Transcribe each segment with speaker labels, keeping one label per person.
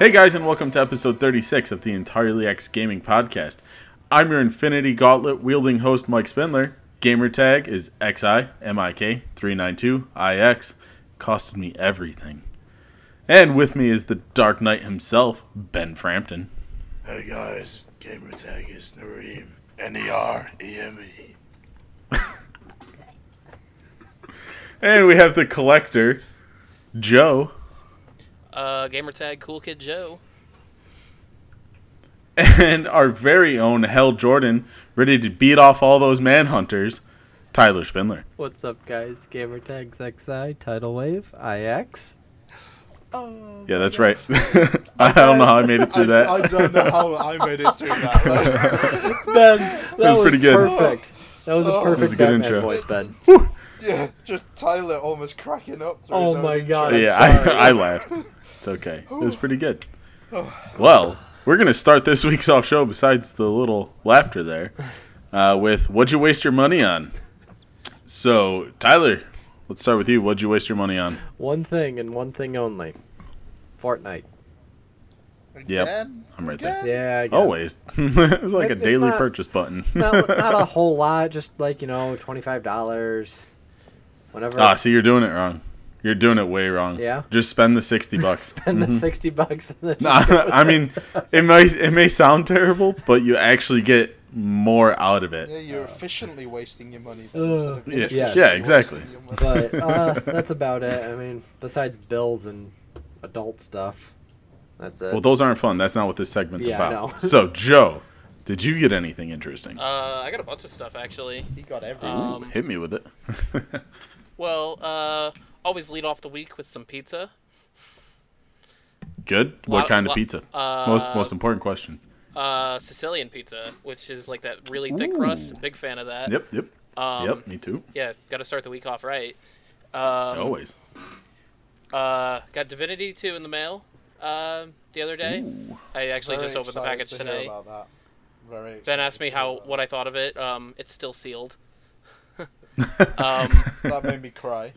Speaker 1: Hey guys, and welcome to episode 36 of the Entirely X Gaming Podcast. I'm your Infinity Gauntlet wielding host, Mike Spindler. Gamer tag is XIMIK392IX. Costed me everything. And with me is the Dark Knight himself, Ben Frampton.
Speaker 2: Hey guys, gamer tag is Nareem. N E R E M E.
Speaker 1: And we have the collector, Joe.
Speaker 3: Uh, gamertag Cool Kid Joe.
Speaker 1: And our very own Hell Jordan, ready to beat off all those manhunters, Tyler Spindler.
Speaker 4: What's up, guys? Gamertags XI, Tidal Wave, IX. Oh,
Speaker 1: Yeah, that's right. I don't know how I made it through that.
Speaker 2: I, I don't know how I made it through that.
Speaker 4: Ben, that
Speaker 1: was
Speaker 4: was,
Speaker 1: pretty good.
Speaker 4: perfect. That was a
Speaker 2: Oh.
Speaker 4: perfect
Speaker 1: That was a good
Speaker 4: Batman
Speaker 1: intro.
Speaker 4: voice, Ben.
Speaker 2: yeah, just Tyler almost cracking up. Through
Speaker 4: Oh
Speaker 2: his
Speaker 4: my
Speaker 2: own
Speaker 4: God.
Speaker 2: joke.
Speaker 1: yeah,
Speaker 4: sorry.
Speaker 1: I, I laughed. It's okay. It was pretty good. Well, we're going to start this week's off show, besides the little laughter there, uh, with What'd You Waste Your Money On? So, Tyler, let's start with you. What'd you waste your money on?
Speaker 4: One thing and one thing only. Fortnite.
Speaker 1: Yep,
Speaker 2: Again?
Speaker 1: I'm right there.
Speaker 2: Again?
Speaker 4: Yeah, again.
Speaker 1: Always. it's like a
Speaker 4: It- it's
Speaker 1: daily
Speaker 4: not-
Speaker 1: purchase button.
Speaker 4: It's not, not a whole lot, just like, you know, $25. Whenever.
Speaker 1: ah, see, you're doing it wrong. You're doing it way wrong.
Speaker 4: Yeah?
Speaker 1: Just spend the 60 bucks. Mm-hmm.
Speaker 4: spend the 60 bucks. And then
Speaker 1: No, I mean, it may it may sound terrible, but you actually get more out of
Speaker 2: Yeah,
Speaker 1: it.
Speaker 2: you're efficiently wasting your money.
Speaker 4: Ugh.
Speaker 2: instead of
Speaker 1: uh, Yeah.
Speaker 2: inefficiently
Speaker 4: Yes.
Speaker 1: Yeah,
Speaker 2: wasting
Speaker 1: exactly.
Speaker 2: your money.
Speaker 4: but uh, that's about it. I mean, besides bills and adult stuff, that's it.
Speaker 1: Well, those aren't fun. That's not what this segment's
Speaker 4: Yeah, I
Speaker 1: about.
Speaker 4: know.
Speaker 1: So, Joe, did you get anything interesting?
Speaker 3: Uh, I got a bunch of stuff actually.
Speaker 2: He got everything.
Speaker 1: Ooh,
Speaker 3: Um,
Speaker 1: hit me with it.
Speaker 3: well, uh, always lead off the week with some pizza.
Speaker 1: Good. What
Speaker 3: Lot-
Speaker 1: kind of
Speaker 3: lot-
Speaker 1: pizza?
Speaker 3: Uh,
Speaker 1: most most important question.
Speaker 3: uh, Sicilian pizza, which is like that really thick
Speaker 1: Ooh.
Speaker 3: crust. Big fan of that.
Speaker 1: Yep. Yep.
Speaker 3: Um,
Speaker 1: yep. Me too.
Speaker 3: Yeah, got to start the week off right. Um,
Speaker 1: Always.
Speaker 3: Uh, got Divinity 2 in the mail uh, the other day.
Speaker 1: Ooh.
Speaker 3: I actually
Speaker 2: Very
Speaker 3: just opened the
Speaker 2: excited
Speaker 3: package
Speaker 2: to hear
Speaker 3: today.
Speaker 2: About that. Very
Speaker 3: Ben
Speaker 2: excited
Speaker 3: asked me
Speaker 2: to hear
Speaker 3: how
Speaker 2: about
Speaker 3: what I thought of it. Um, it's still sealed. um,
Speaker 2: That That made me cry.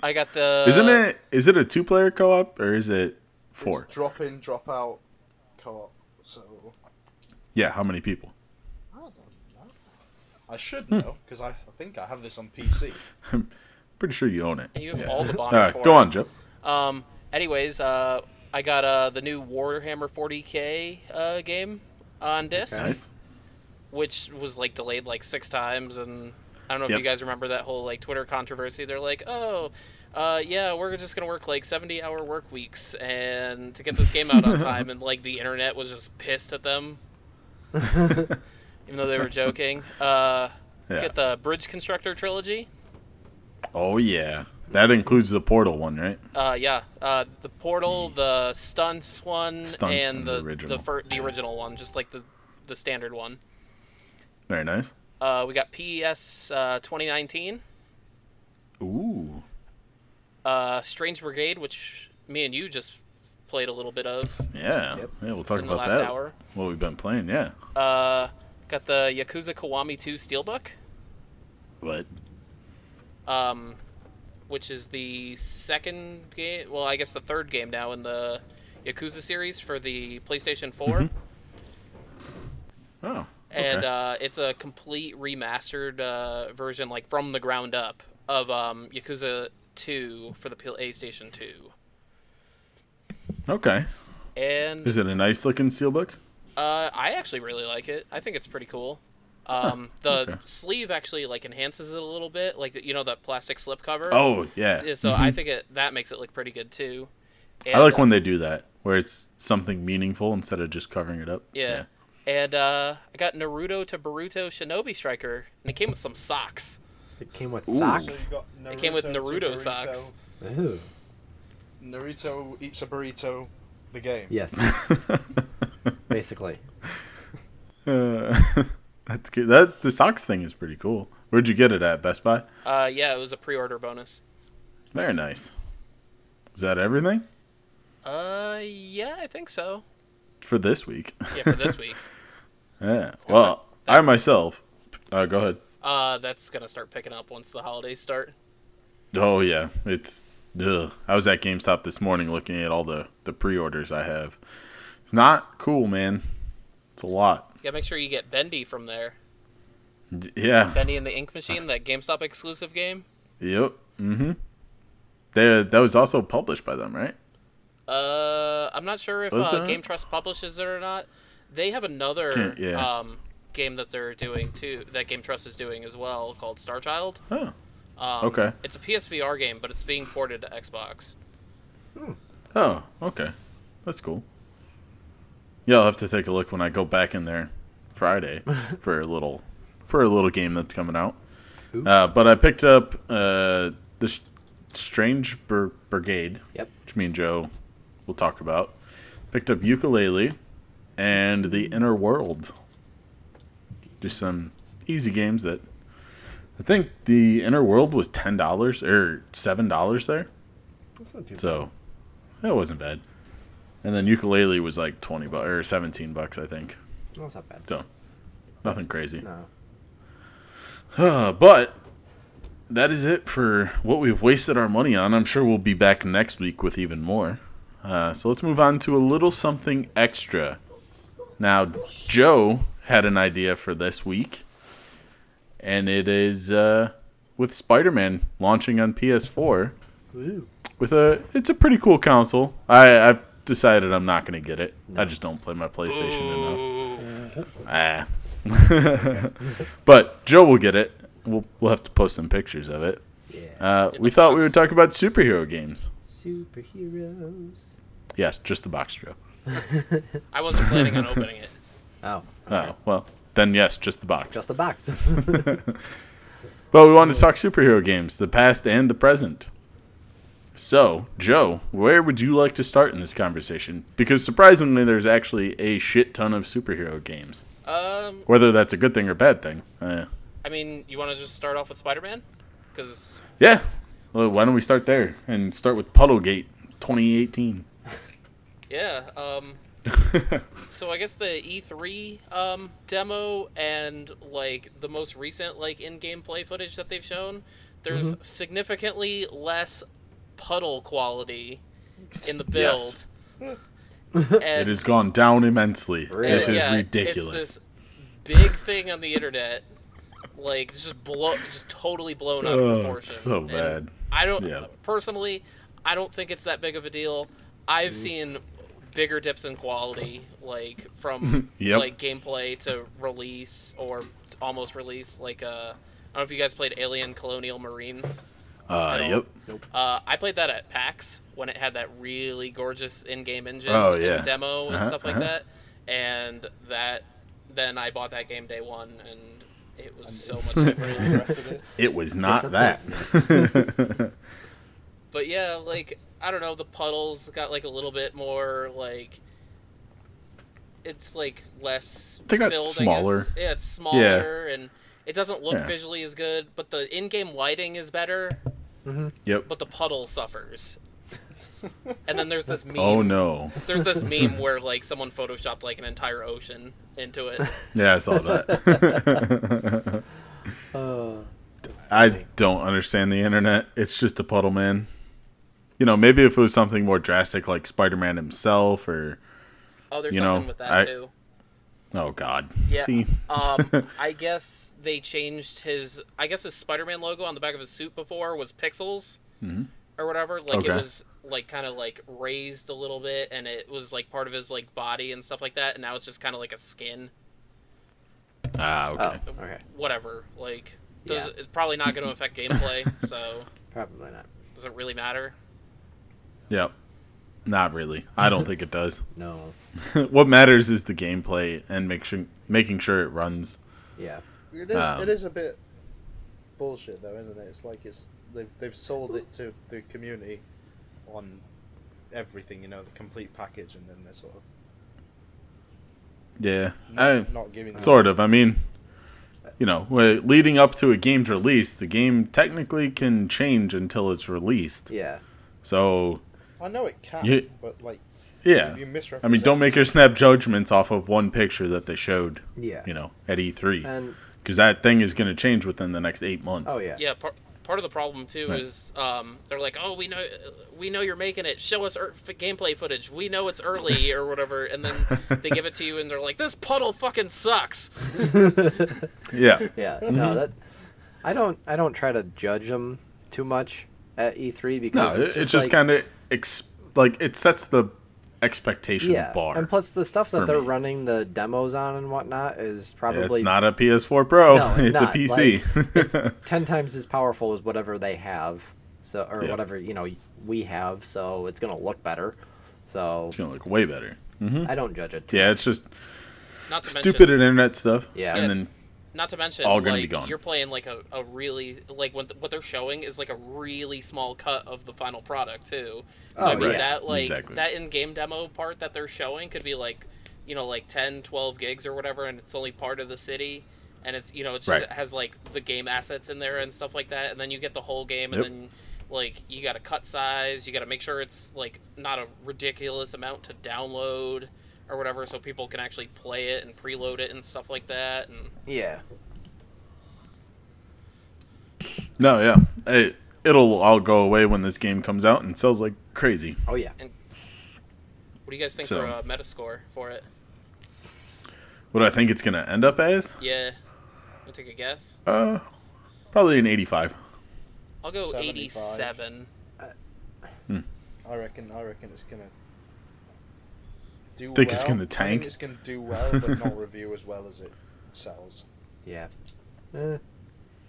Speaker 3: I got the.
Speaker 1: Isn't it? Is it a two player co op or is it four?
Speaker 2: It's drop in, drop out, co-op. So
Speaker 1: Yeah. How many people?
Speaker 2: I don't know. I should
Speaker 1: Hmm.
Speaker 2: know because I, I think I have this on PC.
Speaker 1: Pretty sure you own it.
Speaker 3: You have all the bond
Speaker 1: All right,
Speaker 3: for
Speaker 1: go
Speaker 3: it.
Speaker 1: on, Joe.
Speaker 3: Um. Anyways, uh, I got uh the new Warhammer 40k uh game on disc,
Speaker 1: Nice.
Speaker 3: which was like delayed like six times, and I don't know if
Speaker 1: Yep.
Speaker 3: you guys remember that whole like Twitter controversy. They're like, oh. Uh, yeah, we're just gonna work like seventy-hour work weeks, and to get this game out on time, and like the internet was just pissed at them, even though they were joking. Uh,
Speaker 1: Yeah.
Speaker 3: Get the Bridge Constructor trilogy.
Speaker 1: Oh yeah, that includes the portal one, right?
Speaker 3: Uh, yeah, uh, the portal, the stunts one,
Speaker 1: Hmm. Stunts
Speaker 3: and,
Speaker 1: and the
Speaker 3: the
Speaker 1: original.
Speaker 3: the, fir- the original one, just like the the standard one.
Speaker 1: Very nice.
Speaker 3: Uh, we got PES uh, 2019,
Speaker 1: Ooh,
Speaker 3: uh, Strange Brigade, which me and you just played a little bit of
Speaker 1: yeah.
Speaker 4: Yep.
Speaker 1: Yeah, we'll talk
Speaker 3: in the
Speaker 1: about
Speaker 3: last
Speaker 1: that.
Speaker 3: hour.
Speaker 1: What we've been playing, yeah.
Speaker 3: Uh, got the Yakuza Kiwami 2 Steelbook,
Speaker 1: But
Speaker 3: um, which is the second game. Well, I guess the third game now in the Yakuza series for the PlayStation 4.
Speaker 1: Mm-hmm. oh,
Speaker 3: and
Speaker 1: okay.
Speaker 3: uh, it's a complete remastered uh, version, like from the ground up, of um, Yakuza 2 for the PlayStation 2.
Speaker 1: okay.
Speaker 3: And
Speaker 1: Is it a nice looking seal book?
Speaker 3: uh, I actually really like it. I think it's pretty cool. Um, the
Speaker 1: okay.
Speaker 3: sleeve actually like enhances it a little bit, like you know that plastic slip cover.
Speaker 1: Oh yeah.
Speaker 3: Yeah, so I think it that makes it look pretty good too. uh,
Speaker 1: I like
Speaker 3: when.
Speaker 1: when they do that, where it's something meaningful instead of just covering it up.
Speaker 3: Yeah. And uh, I got Naruto to Boruto Shinobi Striker, and it came with some socks.
Speaker 4: It came with
Speaker 1: Ooh.
Speaker 2: So
Speaker 4: socks.
Speaker 2: you got Naruto
Speaker 3: It came with
Speaker 2: to
Speaker 3: Naruto
Speaker 2: Burrito.
Speaker 3: socks.
Speaker 4: Ooh.
Speaker 2: Naruto eats a burrito. The game.
Speaker 4: Yes, basically.
Speaker 1: Uh, that's good. That the socks thing is pretty cool. Where'd you get it at? Best Buy.
Speaker 3: Uh, yeah, it was a pre-order bonus.
Speaker 1: Very nice. Is that everything
Speaker 3: Uh, yeah, I think so.
Speaker 1: for this week?
Speaker 3: Yeah, for this week.
Speaker 1: yeah. Well, I myself. Uh, go ahead.
Speaker 3: Uh, that's gonna start picking up once the holidays start.
Speaker 1: Oh yeah, it's Ugh. I was at GameStop this morning looking at all the, the pre orders I have. It's not cool, man. It's a lot.
Speaker 3: You gotta make sure you get Bendy from there.
Speaker 1: D- Yeah.
Speaker 3: Bendy and the Ink Machine, that GameStop exclusive game.
Speaker 1: Yep. Mm hmm. That was also published by them, right?
Speaker 3: Uh, I'm not sure if
Speaker 1: Was
Speaker 3: uh,
Speaker 1: that?
Speaker 3: Game Trust publishes it or not. They have another
Speaker 1: Can't- yeah.
Speaker 3: um, game that they're doing too. That Game Trust is doing as well, called Star Child.
Speaker 1: Oh,
Speaker 3: Um,
Speaker 1: Okay.
Speaker 3: It's a PSVR game, but it's being ported to Xbox.
Speaker 1: Oh, okay. That's cool. Yeah, I'll have to take a look when I go back in there Friday for a little for a little game that's coming out.
Speaker 4: Ooh.
Speaker 1: Uh, but I picked up uh, the Sh- Strange Bur- Brigade,
Speaker 4: Yep.
Speaker 1: which me and Joe will talk about. Picked up Ukulele and The Inner World. Just some easy games that I think The Inner World was ten dollars or seven dollars there.
Speaker 4: That's not too bad.
Speaker 1: So that wasn't bad. And then ukulele was like twenty bucks or seventeen bucks, I think.
Speaker 4: That's not bad.
Speaker 1: So nothing crazy.
Speaker 4: No.
Speaker 1: Uh, but that is it for what we've wasted our money on. I'm sure we'll be back next week with even more. Uh, so let's move on to a little something extra. Now, Joe had an idea for this week, and it is uh, with Spider-Man launching on PS4.
Speaker 4: Ooh.
Speaker 1: with a it's a pretty cool console. I I decided I'm not gonna get it. I just don't play my PlayStation enough. Ah. but Joe will get it. We'll we'll have to post some pictures of it.
Speaker 4: Yeah.
Speaker 1: Uh,
Speaker 3: In
Speaker 1: we
Speaker 3: the
Speaker 1: thought we
Speaker 3: box.
Speaker 1: would talk about superhero games.
Speaker 4: Superheroes.
Speaker 1: Yes, just the box, Joe.
Speaker 3: I wasn't planning on opening it.
Speaker 4: Oh.
Speaker 1: Oh well, then yes, just the box.
Speaker 4: Just the box.
Speaker 1: But we wanted to talk superhero games, the past and the present. So, Joe, where would you like to start in this conversation? Because surprisingly, there's actually a shit ton of superhero games.
Speaker 3: Um,
Speaker 1: Whether that's a good thing or bad thing. Uh,
Speaker 3: I mean, you want to just start off with Spider-Man? Because
Speaker 1: yeah. Well, why don't we start there and start with Puddlegate 2018?
Speaker 3: yeah, um, so I guess the E3 um, demo and like the most recent like in-game play footage that they've shown, there's
Speaker 1: Mm-hmm.
Speaker 3: significantly less puddle quality in the build.
Speaker 1: Yes.
Speaker 3: And
Speaker 1: it has gone down immensely.
Speaker 4: Really?
Speaker 1: This is
Speaker 3: yeah,
Speaker 1: ridiculous.
Speaker 3: It's this big thing on the internet, like just blow, just totally blown out of
Speaker 1: Oh,
Speaker 3: proportion.
Speaker 1: it's so
Speaker 3: And
Speaker 1: bad.
Speaker 3: I don't
Speaker 1: Yeah.
Speaker 3: personally. I don't think it's that big of a deal.
Speaker 1: Mm.
Speaker 3: I've seen bigger dips in quality, like from
Speaker 1: Yep.
Speaker 3: like gameplay to release or almost release. Like uh, I don't know if you guys played Alien Colonial Marines.
Speaker 1: Uh,
Speaker 3: don't-
Speaker 1: yep.
Speaker 3: Uh, I played that at PAX when it had that really gorgeous in-game engine
Speaker 1: Oh,
Speaker 3: and
Speaker 1: yeah.
Speaker 3: demo and
Speaker 1: Uh-huh,
Speaker 3: stuff like
Speaker 1: uh-huh.
Speaker 3: that. And that, then I bought that game day one, and it was so much
Speaker 2: The
Speaker 3: different.
Speaker 2: rest of it?
Speaker 1: It was not that.
Speaker 3: but yeah, like I don't know, the puddles got like a little bit more like. It's like less.
Speaker 1: They got
Speaker 3: filled, I guess.
Speaker 1: smaller.
Speaker 3: Yeah, it's smaller, and it doesn't look
Speaker 1: Yeah.
Speaker 3: visually as good. But the in-game lighting is better.
Speaker 1: yep.
Speaker 3: But the puddle suffers. and then there's this meme
Speaker 1: Oh, no.
Speaker 3: There's this meme where like someone photoshopped like an entire ocean into it.
Speaker 1: Yeah, I saw that.
Speaker 4: Uh,
Speaker 1: I don't understand the internet. It's just a puddle man. You know, maybe if it was something more drastic like Spider Man himself or
Speaker 3: Oh, there's
Speaker 1: You
Speaker 3: something
Speaker 1: know,
Speaker 3: with that
Speaker 1: I-
Speaker 3: too.
Speaker 1: oh god.
Speaker 3: Yeah.
Speaker 1: See?
Speaker 3: Um, I guess they changed his. I guess his Spider-Man logo on the back of his suit before was pixels or whatever.
Speaker 1: Mm-hmm.
Speaker 3: Like
Speaker 1: Okay.
Speaker 3: it was like kind of like raised a little bit, and it was like part of his like body and stuff like that. And now it's just kind of like a skin,
Speaker 1: Ah,
Speaker 4: oh.
Speaker 1: okay.
Speaker 4: Okay.
Speaker 3: whatever. Like does
Speaker 4: Yeah.
Speaker 3: it's probably not going to affect gameplay, so
Speaker 4: Probably not.
Speaker 3: does it really matter?
Speaker 1: Yep. Not really. I don't think it does.
Speaker 4: No.
Speaker 1: what matters is the gameplay and make sure, making sure it runs.
Speaker 4: Yeah.
Speaker 5: It is,
Speaker 1: Um,
Speaker 5: it is a bit bullshit though, isn't it? It's like it's they've they've sold it to the community on everything, you know, the complete package, and then they're sort of
Speaker 1: Yeah.
Speaker 5: not,
Speaker 1: I,
Speaker 5: not giving them-
Speaker 1: sort of. I mean, you know, wh- leading up to a game's release, the game technically can change until it's released.
Speaker 4: Yeah.
Speaker 1: So,
Speaker 5: I know it can,
Speaker 1: You-
Speaker 5: but like
Speaker 1: yeah.
Speaker 5: you misrepresent.
Speaker 1: I mean, don't make
Speaker 5: it.
Speaker 1: your snap judgments off of one picture that they showed,
Speaker 4: Yeah.
Speaker 1: you know, at E E3,
Speaker 4: And
Speaker 1: because that thing is going to change within the next eight months.
Speaker 4: oh yeah.
Speaker 3: Yeah, par- part of the problem too
Speaker 1: Right.
Speaker 3: is um, they're like, "Oh, we know, we know you're making it. Show us er- f- gameplay footage. We know it's early or whatever." And then they give it to you, and they're like, "This puddle fucking sucks."
Speaker 1: Yeah.
Speaker 4: Yeah, no, that I don't. I don't try to judge them too much at E3
Speaker 1: No,
Speaker 4: because
Speaker 1: it, it just kind of ex- like it sets the expectation
Speaker 4: yeah.
Speaker 1: bar.
Speaker 4: And plus, the stuff that
Speaker 1: for
Speaker 4: they're
Speaker 1: me.
Speaker 4: running the demos on and whatnot is
Speaker 1: Yeah,
Speaker 4: probably
Speaker 1: it's not a PS4 Pro.
Speaker 4: No, it's
Speaker 1: it's,
Speaker 4: not,
Speaker 1: a PC.
Speaker 4: ten times as powerful as whatever they have, so or
Speaker 1: Yeah.
Speaker 4: whatever you know we have. So it's gonna look better. So
Speaker 1: it's gonna look way better.
Speaker 4: I don't judge it. Too
Speaker 1: Yeah, it's just
Speaker 3: Not to
Speaker 1: stupid
Speaker 3: mention,
Speaker 1: and internet stuff.
Speaker 4: Yeah.
Speaker 1: and then
Speaker 3: not to mention,
Speaker 1: all gonna be
Speaker 3: like,
Speaker 1: gone.
Speaker 3: You're playing like a, a really like what th- what they're showing is like a really small cut of the final product too. So
Speaker 4: Oh,
Speaker 3: I mean
Speaker 4: right.
Speaker 3: that like
Speaker 1: Exactly.
Speaker 3: that in-game demo part that they're showing could be like, you know, like 10, 12 gigs or whatever, and it's only part of the city. And it's you know it's
Speaker 1: Right.
Speaker 3: just, it has like the game assets in there and stuff like that, and then you get the whole game,
Speaker 1: Yep.
Speaker 3: and then like you got to cut size, you got to make sure it's like not a ridiculous amount to download or whatever, so people can actually play it and preload it and stuff like that. And
Speaker 4: Yeah.
Speaker 1: no, yeah, it, it'll all go away when this game comes out and sells like crazy.
Speaker 4: Oh yeah.
Speaker 3: What do you guys think
Speaker 1: So-
Speaker 3: for a Metascore for it?
Speaker 1: What I think it's gonna end up as,
Speaker 3: Yeah, I'll take a guess.
Speaker 1: uh, probably an 85.
Speaker 3: I'll go
Speaker 5: 75.
Speaker 3: eighty-seven.
Speaker 5: I reckon. I reckon it's gonna. Do
Speaker 1: Think
Speaker 5: well.
Speaker 1: it's gonna
Speaker 5: I
Speaker 1: tank?
Speaker 5: think it's gonna do well, but not review as well as it sells.
Speaker 4: Yeah. Eh,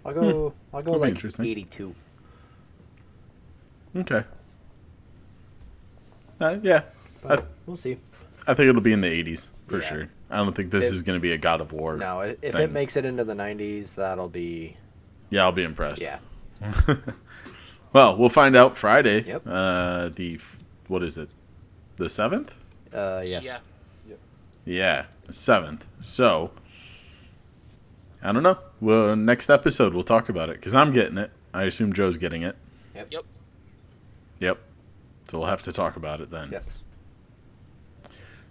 Speaker 4: I'll go. I'll go
Speaker 1: That'd Hmm. be
Speaker 4: like
Speaker 1: interesting.
Speaker 4: eighty-two.
Speaker 1: Okay. Uh, yeah,
Speaker 4: But we'll see.
Speaker 1: I think it'll be in the 80s for
Speaker 4: Yeah.
Speaker 1: sure. I don't think this
Speaker 4: If-
Speaker 1: is gonna be a God of War.
Speaker 4: No, i- if it
Speaker 1: thing.
Speaker 4: makes it into the nineties, that'll be
Speaker 1: Yeah, I'll be impressed.
Speaker 4: yeah.
Speaker 1: Well, we'll find out Friday.
Speaker 4: Yep.
Speaker 1: Uh, the f- what is it? The seventh.
Speaker 4: Uh, yes.
Speaker 3: Yeah,
Speaker 1: Yeah, seventh. So I don't know. Well, next episode we'll talk about it because I'm getting it. I assume Joe's getting it.
Speaker 3: Yep.
Speaker 1: Yep. So we'll have to talk about it then.
Speaker 4: Yes.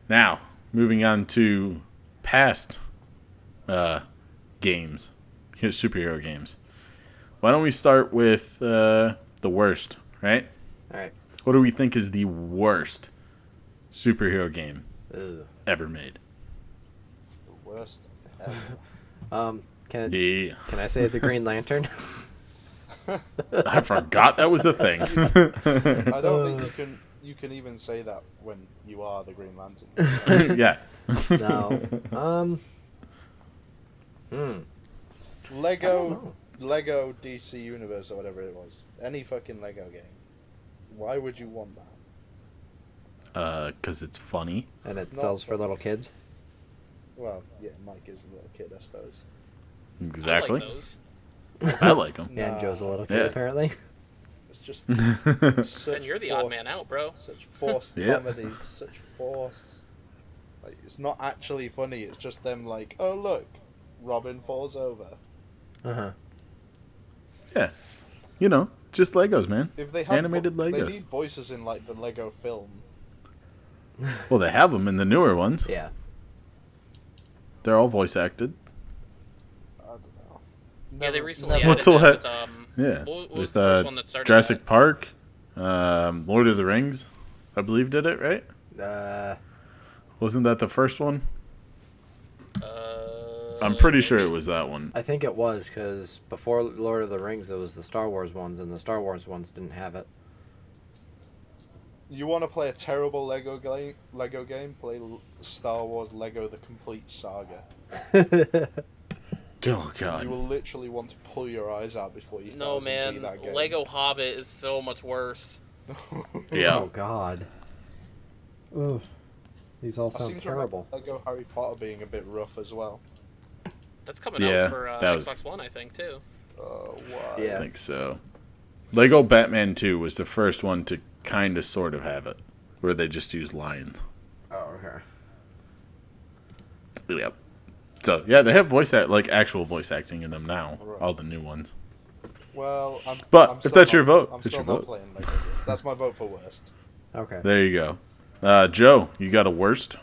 Speaker 1: Now, moving on to past uh, games, you know, superhero games. Why don't we start with uh, the worst, right?
Speaker 4: All right.
Speaker 1: What do we think is the worst superhero game
Speaker 4: Ugh.
Speaker 1: ever made?
Speaker 5: The worst ever.
Speaker 4: Um, can
Speaker 1: Yeah.
Speaker 4: can I say the Green Lantern?
Speaker 1: I forgot that was the thing.
Speaker 5: I don't think
Speaker 4: Uh.
Speaker 5: you can. You can even say that when you are the Green Lantern.
Speaker 1: yeah.
Speaker 4: no. Um. Hmm. I don't
Speaker 5: Lego,
Speaker 4: know.
Speaker 5: Lego DC Universe or whatever it was. Any fucking Lego game. Why would you want that?
Speaker 1: Because Uh, it's funny.
Speaker 4: And it
Speaker 5: It's not
Speaker 4: sells for
Speaker 5: fun.
Speaker 4: little kids.
Speaker 5: Well, yeah, Mike is a little kid, I suppose.
Speaker 1: Exactly.
Speaker 3: I like those.
Speaker 1: I like them.
Speaker 4: Yeah, and Joe's a little kid
Speaker 1: Yeah.
Speaker 4: apparently.
Speaker 5: It's just such
Speaker 3: And you're the odd
Speaker 5: forced-
Speaker 3: man out, bro.
Speaker 5: Such forced
Speaker 1: Yeah.
Speaker 5: comedy. Such force. Like, it's not actually funny. It's just them like, oh look, Robin falls over.
Speaker 4: Uh huh.
Speaker 1: you know, just Legos, man.
Speaker 5: If they had
Speaker 1: Animated
Speaker 5: vo- they
Speaker 1: Legos.
Speaker 5: need voices in like the Lego film.
Speaker 1: Well, they have them in the newer ones.
Speaker 4: Yeah.
Speaker 1: They're all voice acted.
Speaker 5: I don't know.
Speaker 3: yeah, they
Speaker 5: Never-
Speaker 3: recently
Speaker 5: never-
Speaker 1: What's
Speaker 3: added that
Speaker 1: all
Speaker 3: with,
Speaker 1: that?
Speaker 3: um,
Speaker 1: Yeah.
Speaker 3: what- what
Speaker 1: There's
Speaker 3: was the first
Speaker 1: the
Speaker 3: one that started
Speaker 1: Jurassic
Speaker 3: that?
Speaker 1: Park, um, Lord of the Rings, I believe did it, right?
Speaker 4: Uh.
Speaker 1: Wasn't that the first one?
Speaker 3: Uh,
Speaker 1: I'm pretty sure it was that one.
Speaker 4: I think it was because before Lord of the Rings, it was the Star Wars ones, and the Star Wars ones didn't have it.
Speaker 5: You want to play a terrible Lego game? Lego game? Play L- Star Wars Lego: The Complete Saga.
Speaker 1: Oh,
Speaker 5: You
Speaker 1: God.
Speaker 5: will literally want to pull your eyes out before you.
Speaker 3: No
Speaker 5: thousand G
Speaker 3: man,
Speaker 5: that game.
Speaker 3: Lego Hobbit is so much worse.
Speaker 1: Yeah.
Speaker 4: Oh God. Ooh. These all
Speaker 5: I seem
Speaker 4: sound
Speaker 5: to remember
Speaker 4: terrible.
Speaker 5: Lego Harry Potter being a bit rough as well.
Speaker 3: That's coming
Speaker 1: Yeah,
Speaker 3: out for uh,
Speaker 1: that was-
Speaker 3: Xbox One, I think, too.
Speaker 5: Uh, why?
Speaker 1: I
Speaker 4: Yeah.
Speaker 1: think so. Lego Batman 2 was the first one to kind of sort of have it, where they just use lines.
Speaker 4: Oh okay.
Speaker 1: Yep. So, yeah, they have voice act, like actual voice acting in them now,
Speaker 5: Right.
Speaker 1: all the new ones.
Speaker 5: Well, I'm,
Speaker 1: But
Speaker 5: I'm
Speaker 1: if
Speaker 5: still
Speaker 1: that's your
Speaker 5: not-
Speaker 1: vote,
Speaker 5: I'm
Speaker 1: it's
Speaker 5: still
Speaker 1: your
Speaker 5: not
Speaker 1: vote.
Speaker 5: playing Lego. games. That's my vote for worst.
Speaker 4: Okay.
Speaker 1: There you go. Uh, Joe, you got a worst?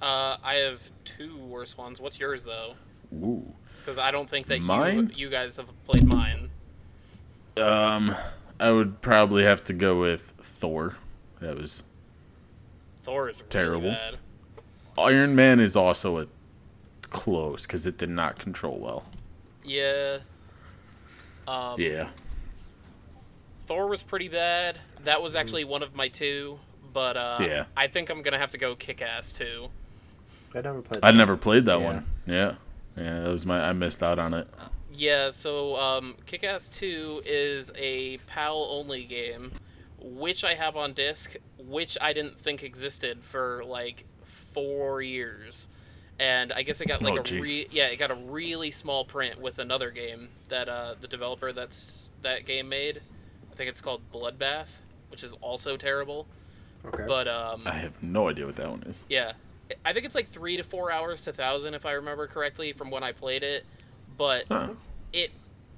Speaker 3: Uh, I have two worse ones. What's yours though?
Speaker 1: Ooh.
Speaker 3: Because I don't think that
Speaker 1: Mine?
Speaker 3: you you guys have played mine.
Speaker 1: Um, I would probably have to go with Thor. That was
Speaker 3: Thor is really
Speaker 1: Terrible.
Speaker 3: bad.
Speaker 1: Iron Man is also a close because it did not control well.
Speaker 3: Yeah. Um,
Speaker 1: Yeah.
Speaker 3: Thor was pretty bad. That was actually one of my two, but uh,
Speaker 1: Mm-hmm. Yeah.
Speaker 3: I think I'm gonna have to go Kick Ass too.
Speaker 4: I never played.
Speaker 1: I
Speaker 4: that.
Speaker 1: never played that
Speaker 4: Yeah.
Speaker 1: one. Yeah. Yeah, that was my I missed out on it.
Speaker 3: Yeah, so um, Kick Ass 2 is a PAL only game, which I have on disc, which I didn't think existed for like four years. And I guess it got like
Speaker 1: Oh,
Speaker 3: a
Speaker 1: jeez.
Speaker 3: re- yeah, it got a really small print with another game that uh, the developer that's that game made. I think it's called Bloodbath, which is also terrible.
Speaker 4: Okay.
Speaker 3: But um,
Speaker 1: I have no idea what that one is.
Speaker 3: yeah, I think it's like three to four hours to thousand if I remember correctly from when I played it. But
Speaker 1: Huh.
Speaker 3: it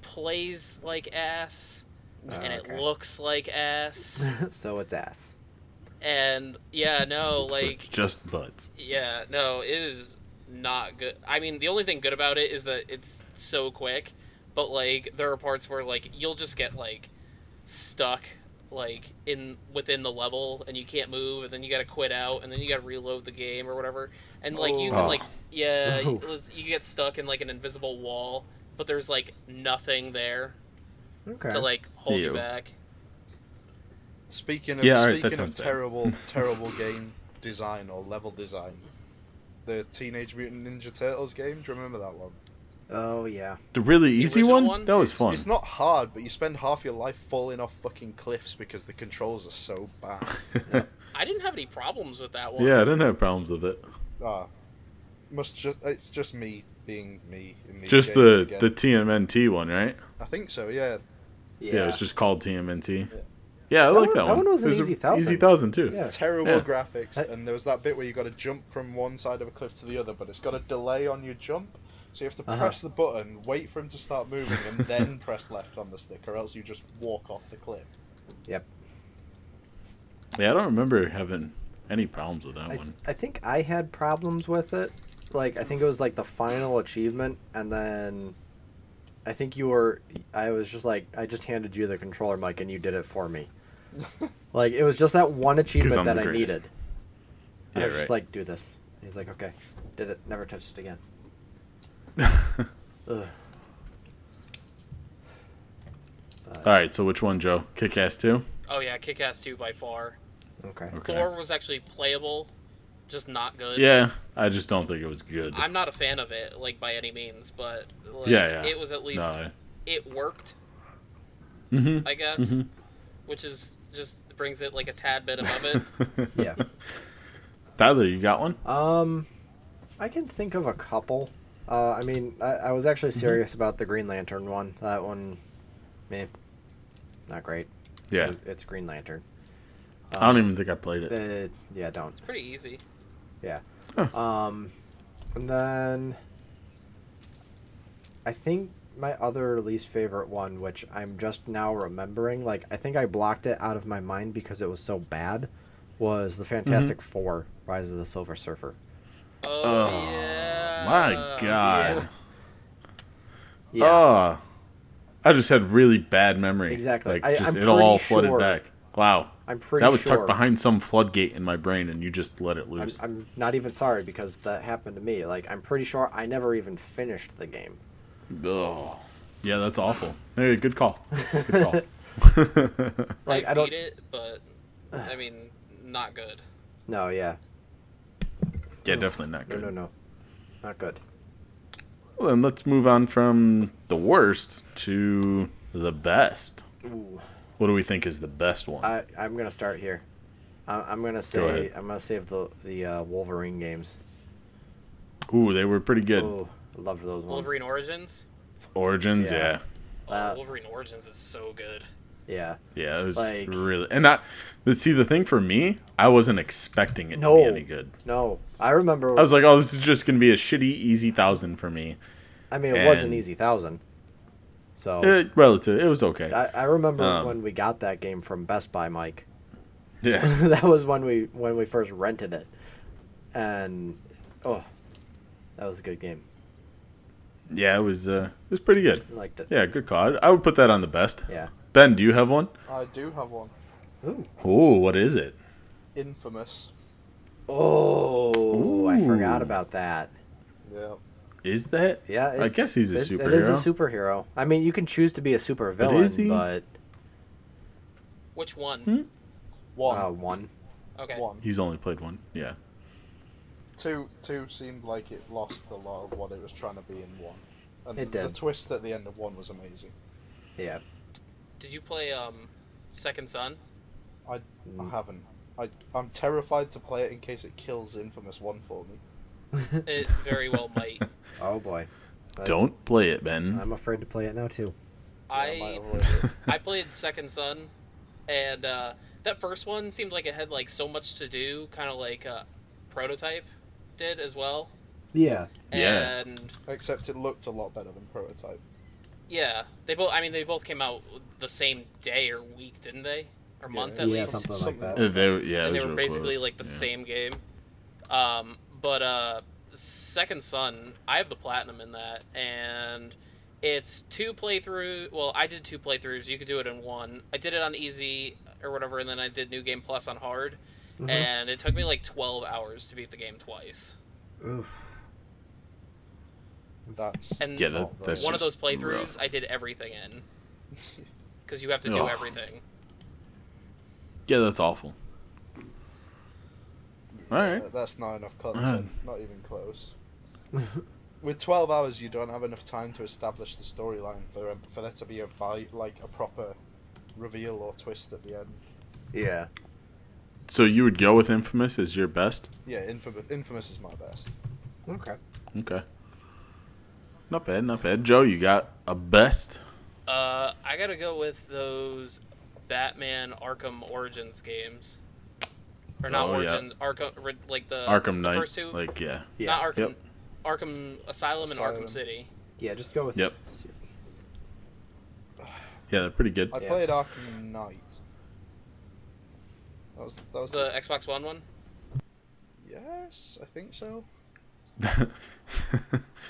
Speaker 3: plays like ass
Speaker 4: Oh,
Speaker 3: and
Speaker 4: okay.
Speaker 3: it looks like ass
Speaker 4: so it's ass.
Speaker 3: and yeah no
Speaker 1: so
Speaker 3: like
Speaker 1: it's just butts.
Speaker 3: yeah no it is not good i mean the only thing good about it is that it's so quick but like there are parts where like you'll just get like stuck like in within the level and you can't move and then you gotta quit out and then you gotta reload the game or whatever and like you can
Speaker 1: Oh.
Speaker 3: like yeah you,
Speaker 4: Oof.
Speaker 3: you get stuck in like an invisible wall but there's like nothing there
Speaker 4: Okay.
Speaker 3: to like hold you
Speaker 1: Ew.
Speaker 3: back.
Speaker 5: Speaking of
Speaker 1: Yeah, alright, that
Speaker 5: speaking of
Speaker 1: sounds bad.
Speaker 5: terrible, terrible game design or level design, the Teenage Mutant Ninja Turtles game. Do you remember that one?
Speaker 4: oh yeah.
Speaker 1: The really easy
Speaker 3: original
Speaker 1: one?
Speaker 3: one?
Speaker 1: That was
Speaker 5: it's,
Speaker 1: fun.
Speaker 5: It's not hard, but you spend half your life falling off fucking cliffs because the controls are so bad.
Speaker 3: I didn't have any problems with that one.
Speaker 1: yeah, I didn't have problems with it.
Speaker 5: Ah, must just it's just me being me in these
Speaker 1: Just
Speaker 5: games
Speaker 1: the
Speaker 5: again.
Speaker 1: the TMNT one, right?
Speaker 5: I think so. Yeah,
Speaker 1: Yeah, it's just called TMNT. Yeah, I
Speaker 4: That
Speaker 1: like
Speaker 4: one-
Speaker 1: that
Speaker 4: that
Speaker 1: one.
Speaker 4: one was an
Speaker 1: It a
Speaker 4: easy thousand.
Speaker 1: Easy thousand too.
Speaker 4: Yeah.
Speaker 5: terrible
Speaker 1: Yeah.
Speaker 5: graphics,
Speaker 4: That-
Speaker 5: and there was that bit where you got to jump from one side of a cliff to the other, but it's got a delay on your jump, so you have to
Speaker 4: Uh-huh.
Speaker 5: press the button, wait for him to start moving, and then press left on the stick, or else you just walk off the cliff.
Speaker 1: Yeah, I don't remember having any problems with that
Speaker 4: I,
Speaker 1: one.
Speaker 4: I think I had problems with it. Like I think it was like the final achievement, and then I think you were. I was just like I just handed you the controller, Mike, and you did it for me. like it was just that one achievement
Speaker 1: I'm
Speaker 4: that
Speaker 1: the
Speaker 4: I
Speaker 1: greatest.
Speaker 4: needed. And
Speaker 1: Yeah,
Speaker 4: I was just
Speaker 1: right.
Speaker 4: like, do this. And he's like, okay, did it. Never touched it again. Ugh.
Speaker 1: All right, so which one, Joe? Kick Ass 2?
Speaker 3: Oh yeah, Kick Ass two by far.
Speaker 4: Okay.
Speaker 1: Okay.
Speaker 3: Four was actually playable, just not good.
Speaker 1: Yeah, I just don't think it was good.
Speaker 3: I'm not a fan of it, like by any means, but like,
Speaker 1: Yeah, yeah.
Speaker 3: it was at least
Speaker 1: No.
Speaker 3: it worked,
Speaker 1: hmm
Speaker 3: I guess, which is just brings it like a tad bit above it.
Speaker 4: Yeah.
Speaker 1: Mm-hmm. Tyler, you got one?
Speaker 4: Um, I can think of a couple. Uh, I mean, I, I was
Speaker 1: Mm-hmm.
Speaker 4: actually serious about the Green Lantern one. That one, meh, not great.
Speaker 1: Yeah.
Speaker 4: It- It's Green Lantern.
Speaker 1: I don't even think I played it.
Speaker 4: Uh, yeah, don't.
Speaker 3: Pretty easy.
Speaker 4: Yeah.
Speaker 1: Huh.
Speaker 4: Um, and then I think my other least favorite one, which I'm just now remembering, like I think I blocked it out of my mind because it was so bad, was the Fantastic
Speaker 1: Mm-hmm.
Speaker 4: Four: Rise of the Silver Surfer.
Speaker 3: Oh,
Speaker 1: Oh,
Speaker 3: Uh, yeah.
Speaker 1: My God.
Speaker 4: Yeah.
Speaker 1: Oh. I just had really bad memory.
Speaker 4: Exactly.
Speaker 1: Like,
Speaker 4: I-
Speaker 1: just,
Speaker 4: I'm
Speaker 1: it all
Speaker 4: pretty
Speaker 1: flooded
Speaker 4: sure-
Speaker 1: back. Wow.
Speaker 4: I'm pretty
Speaker 1: that was
Speaker 4: sure.
Speaker 1: tucked behind some floodgate in my brain, and you just let it
Speaker 4: I'm,
Speaker 1: loose.
Speaker 4: I'm not even sorry because that happened to me. Like, I'm pretty sure I never even finished the game.
Speaker 1: oh. Yeah, that's awful. Hey, good call. Good call.
Speaker 4: Like,
Speaker 3: I,
Speaker 4: I, don't.
Speaker 3: beat it, but I mean, not good.
Speaker 4: No, yeah.
Speaker 1: yeah, definitely not
Speaker 4: No,
Speaker 1: good.
Speaker 4: no, no. Not good.
Speaker 1: Well, then let's move on from the worst to the best.
Speaker 4: Ooh.
Speaker 1: What do we think is the best one?
Speaker 4: I, I'm going to start here. I, I'm going to say.
Speaker 1: ahead.
Speaker 4: I'm going to save the, the uh, Wolverine games.
Speaker 1: Ooh, they were pretty good.
Speaker 4: Oh, I love those ones.
Speaker 3: Wolverine Origins.
Speaker 1: Origins,
Speaker 4: Yeah.
Speaker 1: yeah.
Speaker 4: Uh,
Speaker 3: oh, Wolverine Origins is so good.
Speaker 4: Yeah.
Speaker 1: Yeah, it was
Speaker 4: Like-
Speaker 1: really and I but see the thing for me, I wasn't expecting it to
Speaker 4: No.
Speaker 1: be any good.
Speaker 4: No. I remember.
Speaker 1: I was like, oh, this is just gonna be a shitty easy thousand for me.
Speaker 4: I mean, it was an
Speaker 1: and-
Speaker 4: easy thousand. So.
Speaker 1: It, Eh, relative, it was okay.
Speaker 4: I, I remember
Speaker 1: um,
Speaker 4: when we got that game from Best Buy, Mike.
Speaker 1: yeah,
Speaker 4: that was when we when we first rented it, and oh, that was a good game.
Speaker 1: yeah, it was. Uh, it was pretty good.
Speaker 4: I liked it.
Speaker 1: Yeah, good call. I, I would put that on the best.
Speaker 4: Yeah.
Speaker 1: Ben, do you have one?
Speaker 5: I do have one.
Speaker 4: Ooh.
Speaker 1: Oh, what is it?
Speaker 5: Infamous.
Speaker 4: Oh, I forgot
Speaker 1: Ooh.
Speaker 4: about that.
Speaker 5: Yeah.
Speaker 1: Is that?
Speaker 4: Yeah,
Speaker 1: I guess he's a
Speaker 4: it- It is a
Speaker 1: superhero.
Speaker 4: superhero. I mean, you can choose to be a supervillain,
Speaker 1: is he?
Speaker 4: but
Speaker 3: Which one?
Speaker 1: Hmm?
Speaker 5: One.
Speaker 4: uh, one.
Speaker 3: Okay.
Speaker 5: One.
Speaker 1: He's only played one. Yeah.
Speaker 5: Two. Two seemed like it lost a lot of what it was trying to be in one. And
Speaker 4: It
Speaker 5: the
Speaker 4: did.
Speaker 5: twist at the end of one was amazing.
Speaker 4: Yeah.
Speaker 3: Did you play um, Second Son?
Speaker 4: Mm.
Speaker 5: I haven't. I, I'm terrified to play it in case it kills Infamous One for me.
Speaker 3: It very well might.
Speaker 4: Oh boy, I-
Speaker 1: Don't play it, Ben.
Speaker 4: I'm afraid to play it now too.
Speaker 5: I might
Speaker 3: I
Speaker 5: avoid it.
Speaker 3: I played Second Son, and uh, that first one seemed like it had like so much to do, kind of like uh, Prototype did as well.
Speaker 4: Yeah.
Speaker 1: Yeah.
Speaker 3: And
Speaker 5: Except it looked a lot better than Prototype.
Speaker 3: yeah, they both. I mean, they both came out the same day or week, didn't they? Or
Speaker 5: Yeah,
Speaker 3: month
Speaker 5: it
Speaker 3: at
Speaker 5: was
Speaker 4: Yeah,
Speaker 3: least.
Speaker 4: something like that.
Speaker 1: Uh, they, yeah, it
Speaker 3: and
Speaker 1: was
Speaker 3: they were
Speaker 1: real
Speaker 3: basically
Speaker 1: close.
Speaker 3: like the
Speaker 1: Yeah.
Speaker 3: same game. Um, but uh, Second Son, I have the platinum in that, and it's two playthrough. Well, I did two playthroughs. You could do it in one. I did it on easy or whatever, and then I did New Game Plus on hard,
Speaker 4: Mhm.
Speaker 3: and it took me like twelve hours to beat the game twice.
Speaker 4: Oof.
Speaker 5: That's
Speaker 3: And
Speaker 1: Yeah,
Speaker 5: Oh,
Speaker 1: that, that's
Speaker 3: one of those
Speaker 1: just
Speaker 3: playthroughs,
Speaker 1: rough.
Speaker 3: I did everything in because you have to do
Speaker 1: Ugh.
Speaker 3: everything.
Speaker 1: Yeah, that's awful. All right.
Speaker 5: Uh, That's not enough
Speaker 1: Man.
Speaker 5: content. Not even close. With 12 hours, you don't have enough time to establish the storyline for um, for there to be a vi- like a proper reveal or twist at the end.
Speaker 4: Yeah.
Speaker 1: So you would go with Infamous as your best?
Speaker 5: Yeah, Infamous, Infamous is my best.
Speaker 4: Okay.
Speaker 1: Okay. Not bad, not bad. Joe, you got a best?
Speaker 3: Uh, I gotta go with those Batman Arkham Origins games, or not
Speaker 1: Oh, yeah.
Speaker 3: Origins, Arkham, re- like the
Speaker 1: Arkham
Speaker 3: Uh, the
Speaker 1: Knight.
Speaker 3: first two,
Speaker 1: Like, yeah.
Speaker 4: Yeah.
Speaker 3: not Arkham,
Speaker 1: Yep.
Speaker 3: Arkham Asylum and
Speaker 5: Asylum.
Speaker 3: Arkham City.
Speaker 4: yeah. Just go with.
Speaker 1: Yep. Yeah, they're pretty good.
Speaker 5: I
Speaker 4: Yeah.
Speaker 5: played Arkham Knight. That was that was
Speaker 3: The Xbox One one.
Speaker 5: yes, I think so.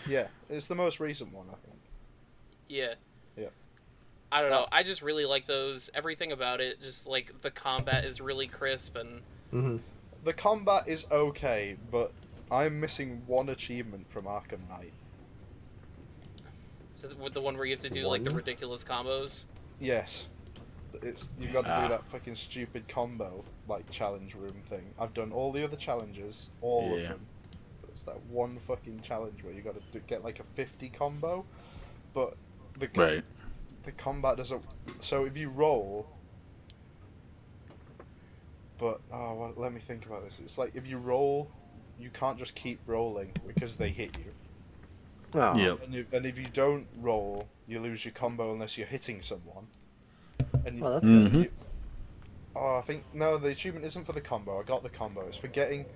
Speaker 5: Yeah, it's the most recent one, I think.
Speaker 3: Yeah.
Speaker 5: Yeah.
Speaker 3: I don't
Speaker 5: Uh,
Speaker 3: know. I just really like those. Everything about it, just like the combat is really crisp and
Speaker 4: hmm
Speaker 5: The combat is okay, but I'm missing one achievement from Arkham Knight.
Speaker 3: is it with the one where you have to do like the
Speaker 4: One?
Speaker 3: ridiculous combos.
Speaker 5: Yes. It's you've got to
Speaker 1: Ah.
Speaker 5: do that fucking stupid combo like challenge room thing. I've done all the other challenges, all of
Speaker 1: Yeah.
Speaker 5: them. But it's that one fucking challenge where you got to do, get like a 50 combo, but the com-
Speaker 1: right.
Speaker 5: the combat doesn't so if you roll but oh, well, let me think about this. It's like if you roll, you can't just keep rolling because they hit you.
Speaker 4: Oh.
Speaker 1: Yep.
Speaker 5: And if, and if you don't roll, you lose your combo unless you're hitting someone. And you-
Speaker 4: Well, that's
Speaker 1: Mhm.
Speaker 4: good.
Speaker 5: Oh, I think no. The achievement isn't for the combo. I got the combo. It's for getting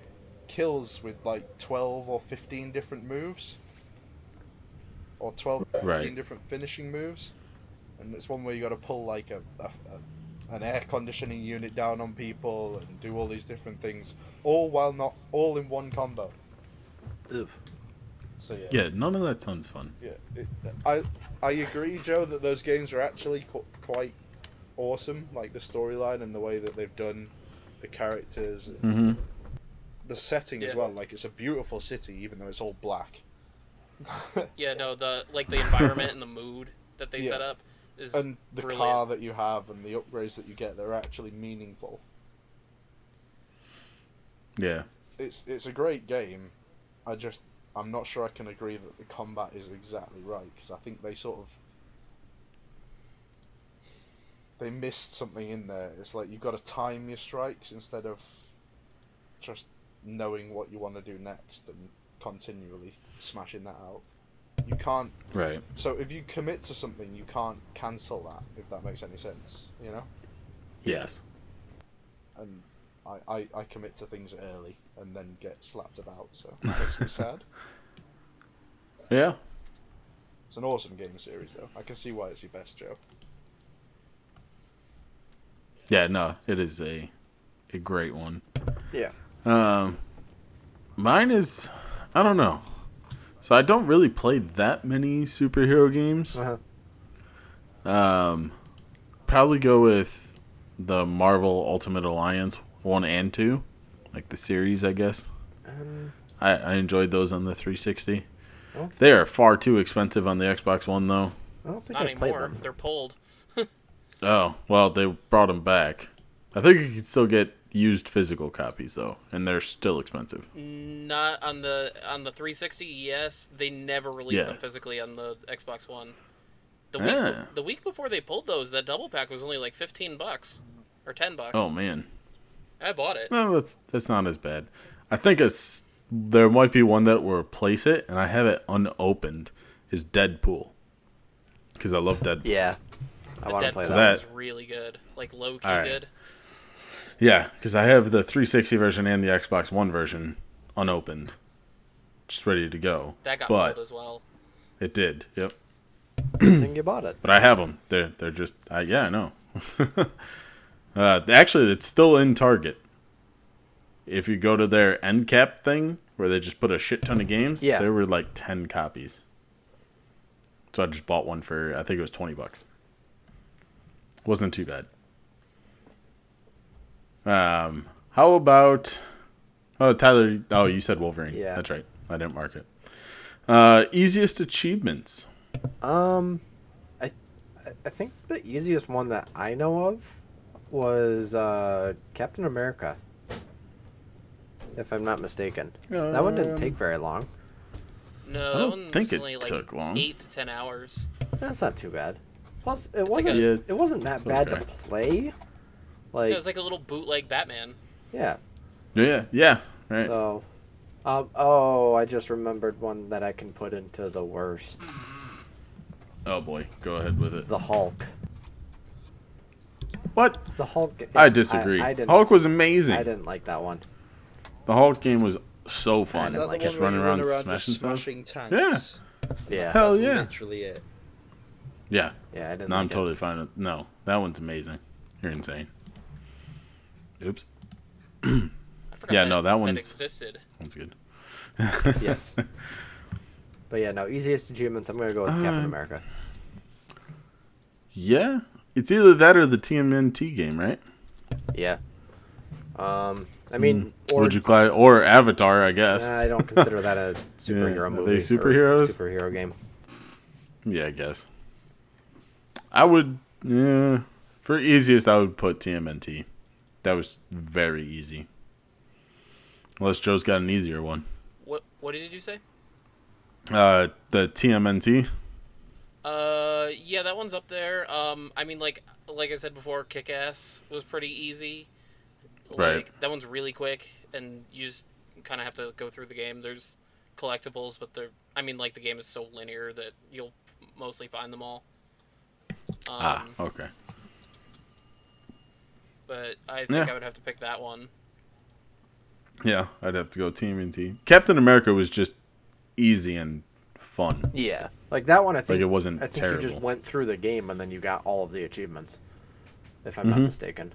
Speaker 5: kills with like twelve or fifteen different moves, or 12, 15
Speaker 1: Right.
Speaker 5: different finishing moves. And it's one where you got to pull like a, a, a an air conditioning unit down on people and do all these different things, all while not all in one combo.
Speaker 4: Oof.
Speaker 5: So yeah.
Speaker 1: Yeah, none of that sounds fun.
Speaker 5: Yeah, it, I I agree, Joe, that those games are actually qu- quite awesome. Like the storyline and the way that they've done the characters,
Speaker 1: Mm-hmm.
Speaker 5: the setting as
Speaker 3: Yeah.
Speaker 5: well. Like it's a beautiful city, even though it's all black.
Speaker 3: Yeah, no, the like the environment and the mood that they
Speaker 5: Yeah.
Speaker 3: set up is
Speaker 5: and the
Speaker 3: brilliant.
Speaker 5: car that you have and the upgrades that you get, they're actually meaningful.
Speaker 1: Yeah.
Speaker 5: It's it's a great game. I just I'm not sure I can agree that the combat is exactly right because I think they sort of they missed something in there. It's like you've got to time your strikes instead of just knowing what you want to do next and continually smashing that out. You can't.
Speaker 1: Right.
Speaker 5: So if you commit to something, you can't cancel that. If that makes any sense, you know.
Speaker 1: Yes.
Speaker 5: And I, I, I commit to things early and then get slapped about. So it makes me sad.
Speaker 1: Yeah.
Speaker 5: It's an awesome game series, though. I can see why it's your best, Joe.
Speaker 1: Yeah, no, it is a a great one.
Speaker 4: Yeah.
Speaker 1: Um, mine is, I don't know. So I don't really play that many superhero games.
Speaker 4: Uh-huh.
Speaker 1: Um, probably go with the Marvel Ultimate Alliance one and two, like the series, I guess.
Speaker 4: Um,
Speaker 1: I, I enjoyed those on the 360.
Speaker 4: Oh.
Speaker 1: They are far too expensive on the Xbox One, though.
Speaker 4: I don't think
Speaker 3: Not
Speaker 4: I played
Speaker 3: anymore.
Speaker 4: them.
Speaker 3: They're pulled.
Speaker 1: Oh, well, they brought them back. I think you can still get used physical copies, though, and they're still expensive.
Speaker 3: Not on the on the 360. Yes, they never released
Speaker 1: Yeah.
Speaker 3: them physically on the Xbox One. The week
Speaker 1: Ah.
Speaker 3: the week before they pulled those, that double pack was only like 15 bucks or 10 bucks.
Speaker 1: Oh, man.
Speaker 3: I bought it.
Speaker 1: No, that's, that's not as bad. I think it's, there might be one that will replace it, and I have it unopened, is Deadpool. Because I love Deadpool.
Speaker 4: Yeah. I want to
Speaker 3: Deadpool
Speaker 4: play
Speaker 1: So
Speaker 4: that.
Speaker 1: that-
Speaker 3: was really good, like low key
Speaker 1: All right.
Speaker 3: good.
Speaker 1: Yeah, because I have the 360 version and the Xbox One version unopened, just ready to go.
Speaker 3: That got
Speaker 1: but
Speaker 3: pulled as well.
Speaker 1: It did. Yep.
Speaker 4: Good thing you bought it.
Speaker 1: But I have them. They're they're just uh, yeah, I know. uh, actually, it's still in Target. If you go to their end cap thing where they just put a shit ton of games,
Speaker 4: Yeah.
Speaker 1: there were like ten copies. So I just bought one for I think it was twenty bucks. Wasn't too bad. Um, how about oh Tyler? Oh, you said Wolverine.
Speaker 4: Yeah.
Speaker 1: that's right. I didn't mark it. Uh, easiest achievements.
Speaker 4: Um, I, I- I think the easiest one that I know of was uh, Captain America. If I'm not mistaken, that one didn't
Speaker 1: Um,
Speaker 4: take very long.
Speaker 3: No,
Speaker 1: I
Speaker 3: that
Speaker 1: don't
Speaker 3: one
Speaker 1: think
Speaker 3: was
Speaker 1: it
Speaker 3: only like
Speaker 1: took long.
Speaker 3: eight to ten hours.
Speaker 4: That's not too bad. Plus, it
Speaker 3: like
Speaker 4: wasn't
Speaker 3: a-
Speaker 1: Yeah, it's-
Speaker 4: it wasn't that
Speaker 1: it's
Speaker 4: bad
Speaker 1: okay.
Speaker 4: to play.
Speaker 3: Yeah,
Speaker 4: Like
Speaker 3: it was like a little bootleg Batman.
Speaker 4: yeah.
Speaker 1: Yeah, yeah, right.
Speaker 4: So, um, oh, I just remembered one that I can put into the worst,
Speaker 1: Oh boy, go ahead with it.
Speaker 4: the Hulk.
Speaker 1: What?
Speaker 4: The Hulk.
Speaker 1: I disagree.
Speaker 4: I, didn't.
Speaker 1: Hulk was amazing.
Speaker 4: I didn't like that one.
Speaker 1: The Hulk game was so fun.
Speaker 4: Is that the
Speaker 1: Like, just
Speaker 4: one
Speaker 1: running
Speaker 4: where
Speaker 1: around, smashing
Speaker 6: just
Speaker 1: stuff.
Speaker 6: smashing tanks.
Speaker 4: Yeah.
Speaker 1: Hell
Speaker 6: That's
Speaker 1: yeah.
Speaker 6: Literally it.
Speaker 1: Yeah.
Speaker 4: Yeah, I didn't.
Speaker 1: No,
Speaker 4: like
Speaker 1: I'm
Speaker 4: it.
Speaker 1: totally fine with no. That one's amazing. You're insane. Oops.
Speaker 3: I forgot
Speaker 1: Yeah,
Speaker 3: that,
Speaker 1: no, that one's-
Speaker 3: existed.
Speaker 1: That's good.
Speaker 4: Yes. But yeah, no, easiest achievements. I'm gonna go with
Speaker 1: Uh,
Speaker 4: Captain America.
Speaker 1: Yeah. It's either that or the TMNT game, right?
Speaker 4: Yeah. Um, I mean, or
Speaker 1: mm, Would you cla- or Avatar, I guess.
Speaker 4: Nah, I don't consider that a superhero
Speaker 1: are they
Speaker 4: movie. or
Speaker 1: superheroes?
Speaker 4: Superhero game.
Speaker 1: yeah, I guess. I would yeah. For easiest I would put TMNT. That was very easy. Unless Joe's got an easier one.
Speaker 3: What What did you say?
Speaker 1: Uh, the TMNT.
Speaker 3: Uh, yeah, that one's up there. Um, I mean, like like I said before, Kick Ass was pretty easy. Like,
Speaker 1: Right.
Speaker 3: That one's really quick, and you just kind of have to go through the game. There's collectibles, but they're I mean, like the game is so linear that you'll mostly find them all. Um,
Speaker 1: ah, okay.
Speaker 3: But I think
Speaker 1: Yeah.
Speaker 3: I would have to pick that one.
Speaker 1: Yeah, I'd have to go TMNT. Captain America was just easy and fun.
Speaker 4: Yeah. Like that one, I think
Speaker 1: it wasn't
Speaker 4: I think you just
Speaker 1: terrible.
Speaker 4: went through the game and then you got all of the achievements, if I'm not
Speaker 1: Mhm.
Speaker 4: mistaken.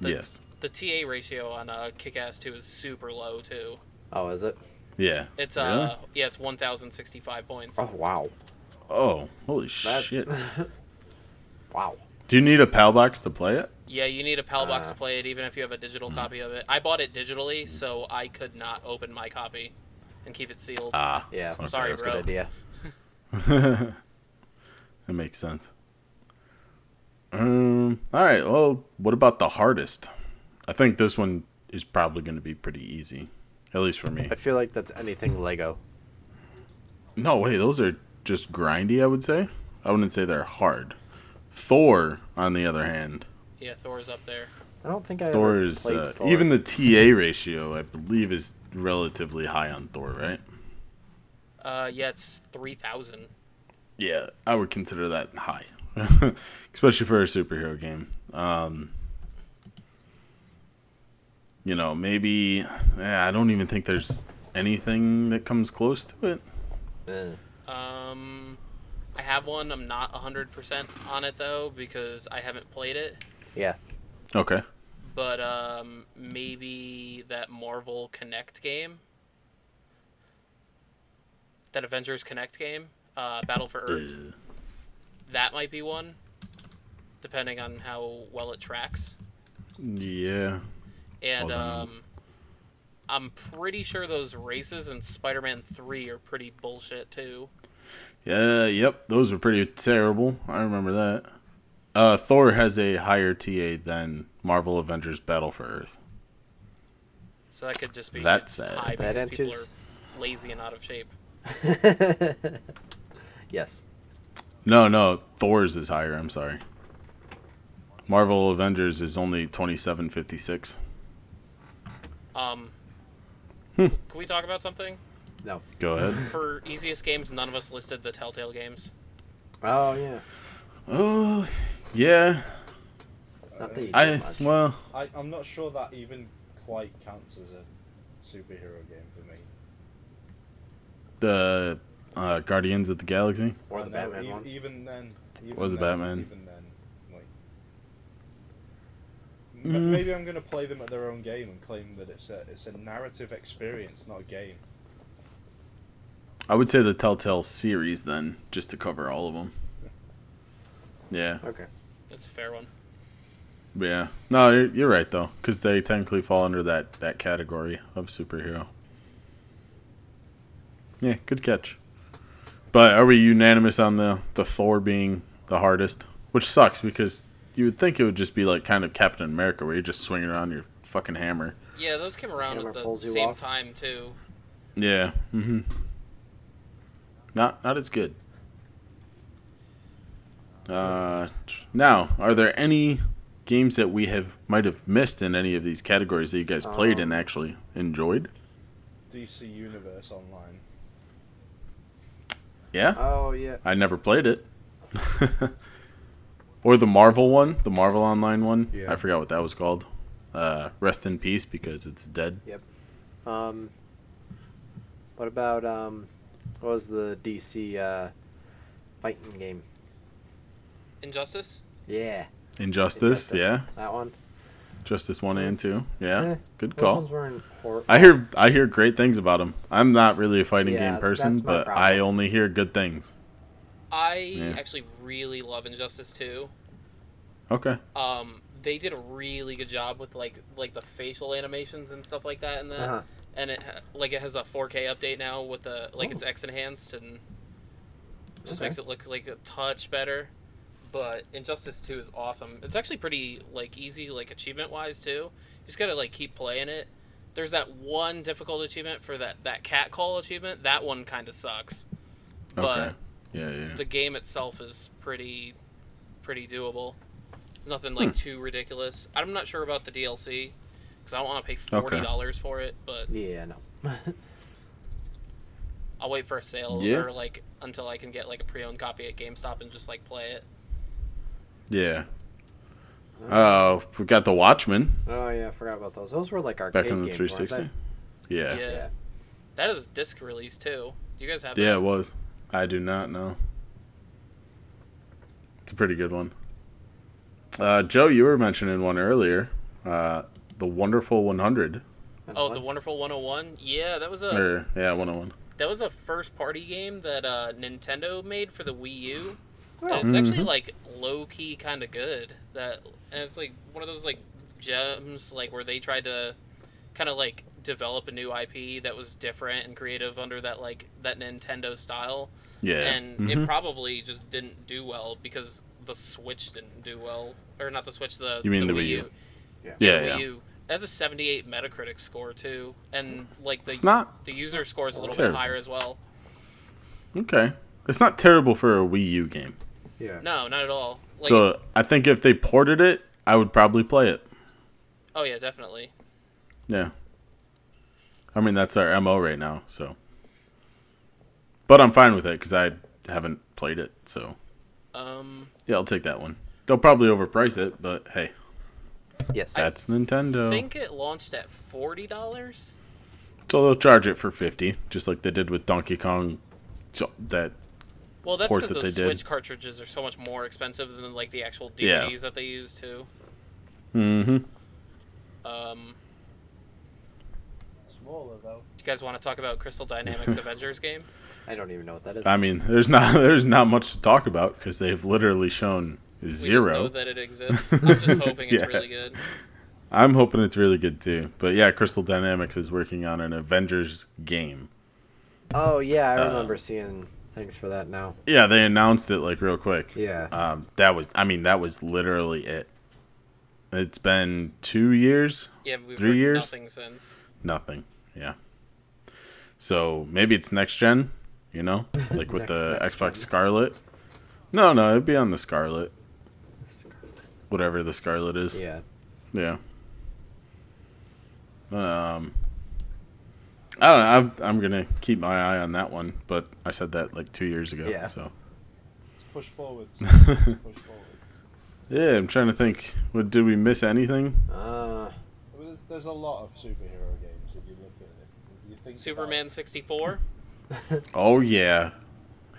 Speaker 1: yes.
Speaker 3: The TA ratio on uh, Kick Ass 2 is super low, too.
Speaker 4: Oh, is it?
Speaker 1: Yeah.
Speaker 3: It's uh yeah, it's 1065 points.
Speaker 4: Oh wow,
Speaker 1: Really? Oh, holy
Speaker 4: That-
Speaker 1: shit!
Speaker 4: wow.
Speaker 1: Do you need a PAL box to play it?
Speaker 3: Yeah, you need a PAL box
Speaker 4: Ah.
Speaker 3: to play it even if you have a digital copy of it. I bought it digitally, so I could not open my copy and keep it sealed.
Speaker 1: Ah,
Speaker 4: Yeah.
Speaker 1: okay,
Speaker 3: Sorry,
Speaker 1: that's
Speaker 3: bro.
Speaker 4: Good idea.
Speaker 1: That makes sense. Um. All right. Well, what about the hardest? I think this one is probably going to be pretty easy, at least for me.
Speaker 4: I feel like that's anything Lego.
Speaker 1: No way, those are just grindy, I would say. I wouldn't say they're hard. Thor, on the other hand,
Speaker 3: Yeah, Thor's up there.
Speaker 4: I don't think I
Speaker 1: Thor
Speaker 4: ever
Speaker 1: is
Speaker 4: played
Speaker 1: uh,
Speaker 4: Thor.
Speaker 1: even the TA ratio, I believe, is relatively high on Thor, right?
Speaker 3: Uh yeah, it's 3000.
Speaker 1: Yeah, I would consider that high, especially for a superhero game. Um, you know, maybe eh, I don't even think there's anything that comes close to it.
Speaker 4: Eh.
Speaker 3: Um I have one. I'm not 100% on it though because I haven't played it,
Speaker 4: yeah.
Speaker 1: Okay.
Speaker 3: but um maybe that Marvel Connect game. That Avengers Connect game, uh Battle for Earth.
Speaker 1: Ugh.
Speaker 3: That might be one. depending on how well it tracks.
Speaker 1: Yeah.
Speaker 3: And
Speaker 1: Well, then-
Speaker 3: um, I'm pretty sure those races in Spider-Man Three are pretty bullshit too.
Speaker 1: Yeah, yep. Those were pretty terrible. I remember that. Uh, Thor has a higher TA than Marvel Avengers Battle for Earth.
Speaker 3: So that could just be
Speaker 1: That's
Speaker 3: it's
Speaker 1: sad.
Speaker 3: high
Speaker 4: That
Speaker 3: because people
Speaker 4: answers-
Speaker 3: are lazy and out of shape.
Speaker 4: yes.
Speaker 1: No, no, Thor's is higher. I'm sorry. Marvel Avengers is only 2756.
Speaker 3: Um,
Speaker 1: Hmm.
Speaker 3: can we talk about something?
Speaker 4: No.
Speaker 1: Go ahead.
Speaker 3: For easiest games, none of us listed the Telltale games.
Speaker 4: Oh yeah.
Speaker 1: Oh, yeah.
Speaker 4: Not that you did
Speaker 1: I
Speaker 4: much.
Speaker 1: well,
Speaker 5: I, I'm not sure that even quite counts as a superhero game for me.
Speaker 1: the uh, Guardians of the Galaxy.
Speaker 4: or the
Speaker 5: I know,
Speaker 4: Batman
Speaker 5: e-
Speaker 4: ones.
Speaker 5: Even then. Even
Speaker 1: Or the
Speaker 5: then,
Speaker 1: Batman.
Speaker 5: Even then, like, m-
Speaker 1: Mm.
Speaker 5: Maybe I'm gonna play them at their own game and claim that it's a it's a narrative experience, not a game.
Speaker 1: I would say the Telltale series then, just to cover all of them. Yeah,
Speaker 4: Okay.
Speaker 3: That's a fair one.
Speaker 1: yeah. No, you're, you're right though, because they technically fall under that that category of superhero. Yeah, good catch. But are we unanimous on the the Thor being the hardest? Which sucks because you would think it would just be like kind of Captain America, where you're just swinging around your fucking hammer.
Speaker 3: Yeah, those came around
Speaker 4: Hammer
Speaker 3: at the
Speaker 4: pulls you
Speaker 3: same
Speaker 4: off.
Speaker 3: time too.
Speaker 1: Yeah. Mm-hmm. Not not as good. Uh, tr- now, are there any games that we have might have missed in any of these categories that you guys played and
Speaker 4: Um,
Speaker 1: actually enjoyed?
Speaker 5: DC Universe Online.
Speaker 1: Yeah,
Speaker 4: Oh yeah.
Speaker 1: I never played it. or the Marvel one, the Marvel Online one.
Speaker 4: Yeah.
Speaker 1: I forgot what that was called. Uh, rest in peace because it's dead.
Speaker 4: Um. What about um? What was the DC uh, fighting game?
Speaker 3: Injustice.
Speaker 4: Yeah.
Speaker 1: Injustice,
Speaker 4: Injustice.
Speaker 1: yeah.
Speaker 4: That one.
Speaker 1: Justice one and two, yeah.
Speaker 4: Eh,
Speaker 1: Good
Speaker 4: Those
Speaker 1: call.
Speaker 4: ones were in hor-
Speaker 1: I hear I hear great things about him. I'm not really a fighting
Speaker 4: Yeah,
Speaker 1: game person,
Speaker 4: that's my
Speaker 1: but
Speaker 4: problem.
Speaker 1: I only hear good things.
Speaker 3: I
Speaker 1: Yeah.
Speaker 3: actually really love Injustice too.
Speaker 1: Okay.
Speaker 3: Um, they did a really good job with like like the facial animations and stuff like that in that.
Speaker 4: Uh-huh.
Speaker 3: And it ha- like it has a 4K update now with the like it's
Speaker 4: Ooh.
Speaker 3: X enhanced and just
Speaker 4: Okay.
Speaker 3: makes it look like a touch better. But Injustice 2 is awesome. It's actually pretty like easy like achievement wise too. You just gotta like keep playing it. There's that one difficult achievement for that that cat call achievement. That one kind of sucks. But
Speaker 1: Okay. Yeah, yeah.
Speaker 3: the game itself is pretty pretty doable. It's nothing like too ridiculous. I'm not sure about the DLC because I don't want to pay forty dollars for it, but
Speaker 4: Yeah. No.
Speaker 3: I'll wait for a sale
Speaker 1: Yeah.
Speaker 3: or like until I can get like a pre-owned copy at GameStop and just like play it.
Speaker 1: Yeah. Oh, we got the Watchmen
Speaker 4: Oh yeah, I forgot about those. Those were like arcade
Speaker 1: back on the
Speaker 4: games, weren't
Speaker 1: 360.
Speaker 3: Yeah.
Speaker 1: Yeah. yeah.
Speaker 3: that is a disc release too. Do you guys have
Speaker 1: it
Speaker 3: that?
Speaker 1: was. I do not know. It's a pretty good one. Uh, Joe, you were mentioning one earlier. Uh, the Wonderful 100
Speaker 4: they? And
Speaker 3: Oh,
Speaker 4: what?
Speaker 3: the Wonderful 101. Yeah, that was a
Speaker 1: or yeah, 101.
Speaker 3: that was a first party game that uh, Nintendo made for the Wii U.
Speaker 4: Oh.
Speaker 3: And it's actually
Speaker 1: Mhm.
Speaker 3: like low key kind of good. That and it's like one of those like gems like where they tried to kind of like develop a new IP that was different and creative under that like that Nintendo style.
Speaker 1: Yeah.
Speaker 3: And
Speaker 1: mhm.
Speaker 3: it probably just didn't do well because the Switch didn't do well, or not the Switch, the
Speaker 1: You mean the Wii
Speaker 3: Wii
Speaker 1: U.
Speaker 3: U.
Speaker 1: yeah,
Speaker 3: Wii
Speaker 1: yeah.
Speaker 3: U. It has a 78 Metacritic score too, and like the
Speaker 1: It's not
Speaker 3: the user score is a little
Speaker 1: Terrible.
Speaker 3: bit higher as well.
Speaker 1: Okay. It's not terrible for a Wii U game.
Speaker 4: Yeah.
Speaker 3: No, not at all. Like,
Speaker 1: so uh, I think if they ported it, I would probably play it.
Speaker 3: oh yeah, definitely.
Speaker 1: Yeah. I mean, that's our MO right now, so. But I'm fine with it because I haven't played it, so.
Speaker 3: Um,
Speaker 1: Yeah, I'll take that one. They'll probably overprice it, but hey,
Speaker 4: Yes.
Speaker 1: that's Nintendo.
Speaker 3: I think it launched at forty dollars.
Speaker 1: So they'll charge it for 50 just like they did with Donkey Kong. So that.
Speaker 3: Well, that's
Speaker 1: ports
Speaker 3: because
Speaker 1: that
Speaker 3: those
Speaker 1: they did.
Speaker 3: Switch cartridges are so much more expensive than like the actual DVDs
Speaker 1: Yeah.
Speaker 3: that they use too. Mm-hmm.
Speaker 1: hmm.
Speaker 3: Um,
Speaker 5: Smaller though.
Speaker 3: do you guys want to talk about Crystal Dynamics Avengers game?
Speaker 4: I don't even know what that is.
Speaker 1: I mean, there's not there's not much to talk about because they've literally shown
Speaker 3: We just know
Speaker 1: zero.
Speaker 3: that it exists. I'm just hoping it's
Speaker 1: Yeah.
Speaker 3: really good.
Speaker 1: I'm hoping it's really good too. But yeah, Crystal Dynamics is working on an Avengers game.
Speaker 4: Oh yeah,
Speaker 1: uh,
Speaker 4: I remember seeing things for that now.
Speaker 1: Yeah, they announced it like real quick.
Speaker 4: Yeah.
Speaker 1: Um, that was, I mean, that was literally it. It's been two years,
Speaker 3: Yeah, we've
Speaker 1: Three
Speaker 3: heard
Speaker 1: years?
Speaker 3: nothing since.
Speaker 1: nothing. Yeah. So maybe it's next gen, you know, like with
Speaker 4: Next-
Speaker 1: the
Speaker 4: next
Speaker 1: Xbox
Speaker 4: gen.
Speaker 1: Scarlet. No, no, it'd be on the Scarlet, whatever the Scarlet is.
Speaker 4: Yeah.
Speaker 1: Yeah. Um. I don't know. I'm, I'm gonna keep my eye on that one, but I said that like two years ago.
Speaker 4: Yeah.
Speaker 1: So
Speaker 5: Let's push forwards. Let's push forwards.
Speaker 1: yeah, I'm trying to think. What did we miss anything?
Speaker 5: I
Speaker 4: Uh,
Speaker 5: mean, there's, there's a lot of superhero games if you look at it. If you think about
Speaker 3: Superman 64.
Speaker 1: Oh yeah,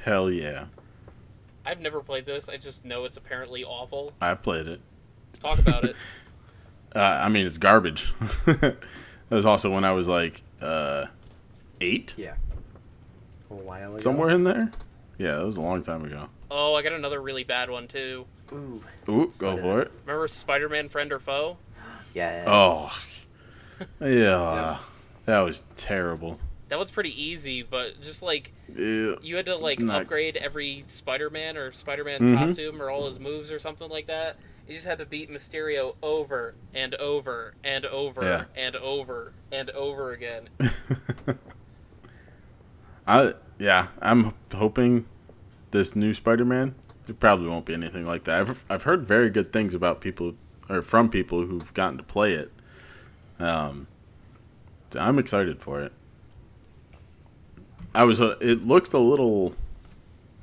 Speaker 1: hell yeah!
Speaker 3: I've never played this. I just know it's apparently awful.
Speaker 1: I played it.
Speaker 3: Talk about it.
Speaker 1: Uh, I mean, it's garbage. that was also when I was like uh, eight,
Speaker 4: yeah. A while ago.
Speaker 1: somewhere in there. Yeah, that was a long time ago.
Speaker 3: Oh, I got another really bad one too.
Speaker 4: Ooh.
Speaker 1: Ooh, go for it.
Speaker 3: Remember Spider-Man Friend or Foe?
Speaker 4: Yes.
Speaker 1: Oh, yeah, that was terrible.
Speaker 3: That one's pretty easy, but just like
Speaker 1: Ew.
Speaker 3: you had to like
Speaker 1: Not-
Speaker 3: upgrade every Spider-Man or Spider-Man
Speaker 1: Mhm.
Speaker 3: costume or all his moves or something like that. You just had to beat Mysterio over and over and over
Speaker 1: Yeah.
Speaker 3: and over and over again.
Speaker 1: I yeah, I'm hoping this new Spider-Man. It probably won't be anything like that. I've I've heard very good things about people or from people who've gotten to play it. Um, I'm excited for it. I was uh, it looked a little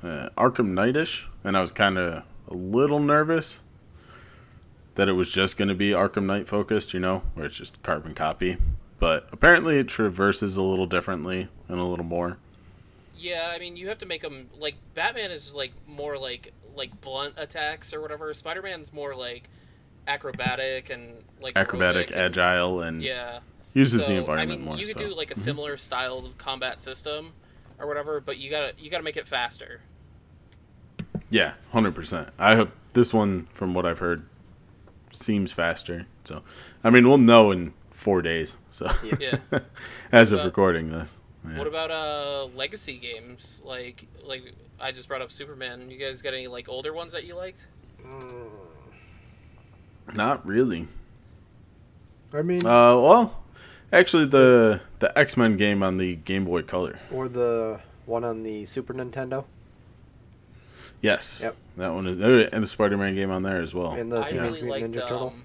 Speaker 1: uh, Arkham Knight-ish, and I was kind of a little nervous that it was just going to be Arkham Knight focused, you know, where it's just carbon copy. But apparently, it traverses a little differently and a little more.
Speaker 3: Yeah, I mean, you have to make them like Batman is just, like more like like blunt attacks or whatever. Spider-Man's more like acrobatic and like
Speaker 1: acrobatic,
Speaker 3: aerobic and-
Speaker 1: agile, and
Speaker 3: Yeah.
Speaker 1: uses
Speaker 3: So,
Speaker 1: the environment
Speaker 3: I mean,
Speaker 1: more.
Speaker 3: you
Speaker 1: so. Mm-hmm.
Speaker 3: could do like a similar style of combat system or whatever, but you gotta you gotta make it faster.
Speaker 1: yeah, hundred percent. I hope this one, from what I've heard, seems faster. So, I mean, we'll know in four days. So,
Speaker 3: Yeah.
Speaker 1: as of
Speaker 3: But-
Speaker 1: recording this, yeah.
Speaker 3: What about uh legacy games? Like like I just brought up Superman. You guys got any like older ones that you liked?
Speaker 1: not really.
Speaker 4: I mean,
Speaker 1: Uh, well, actually, the the X Men game on the Game Boy Color.
Speaker 4: or the one on the Super Nintendo
Speaker 1: Yes.
Speaker 4: Yep.
Speaker 1: That one is, oh, and the Spider Man game on there as well.
Speaker 4: and the
Speaker 3: I
Speaker 4: Teenage
Speaker 3: really
Speaker 4: Mutant
Speaker 3: liked
Speaker 4: Ninja Turtle.
Speaker 3: um,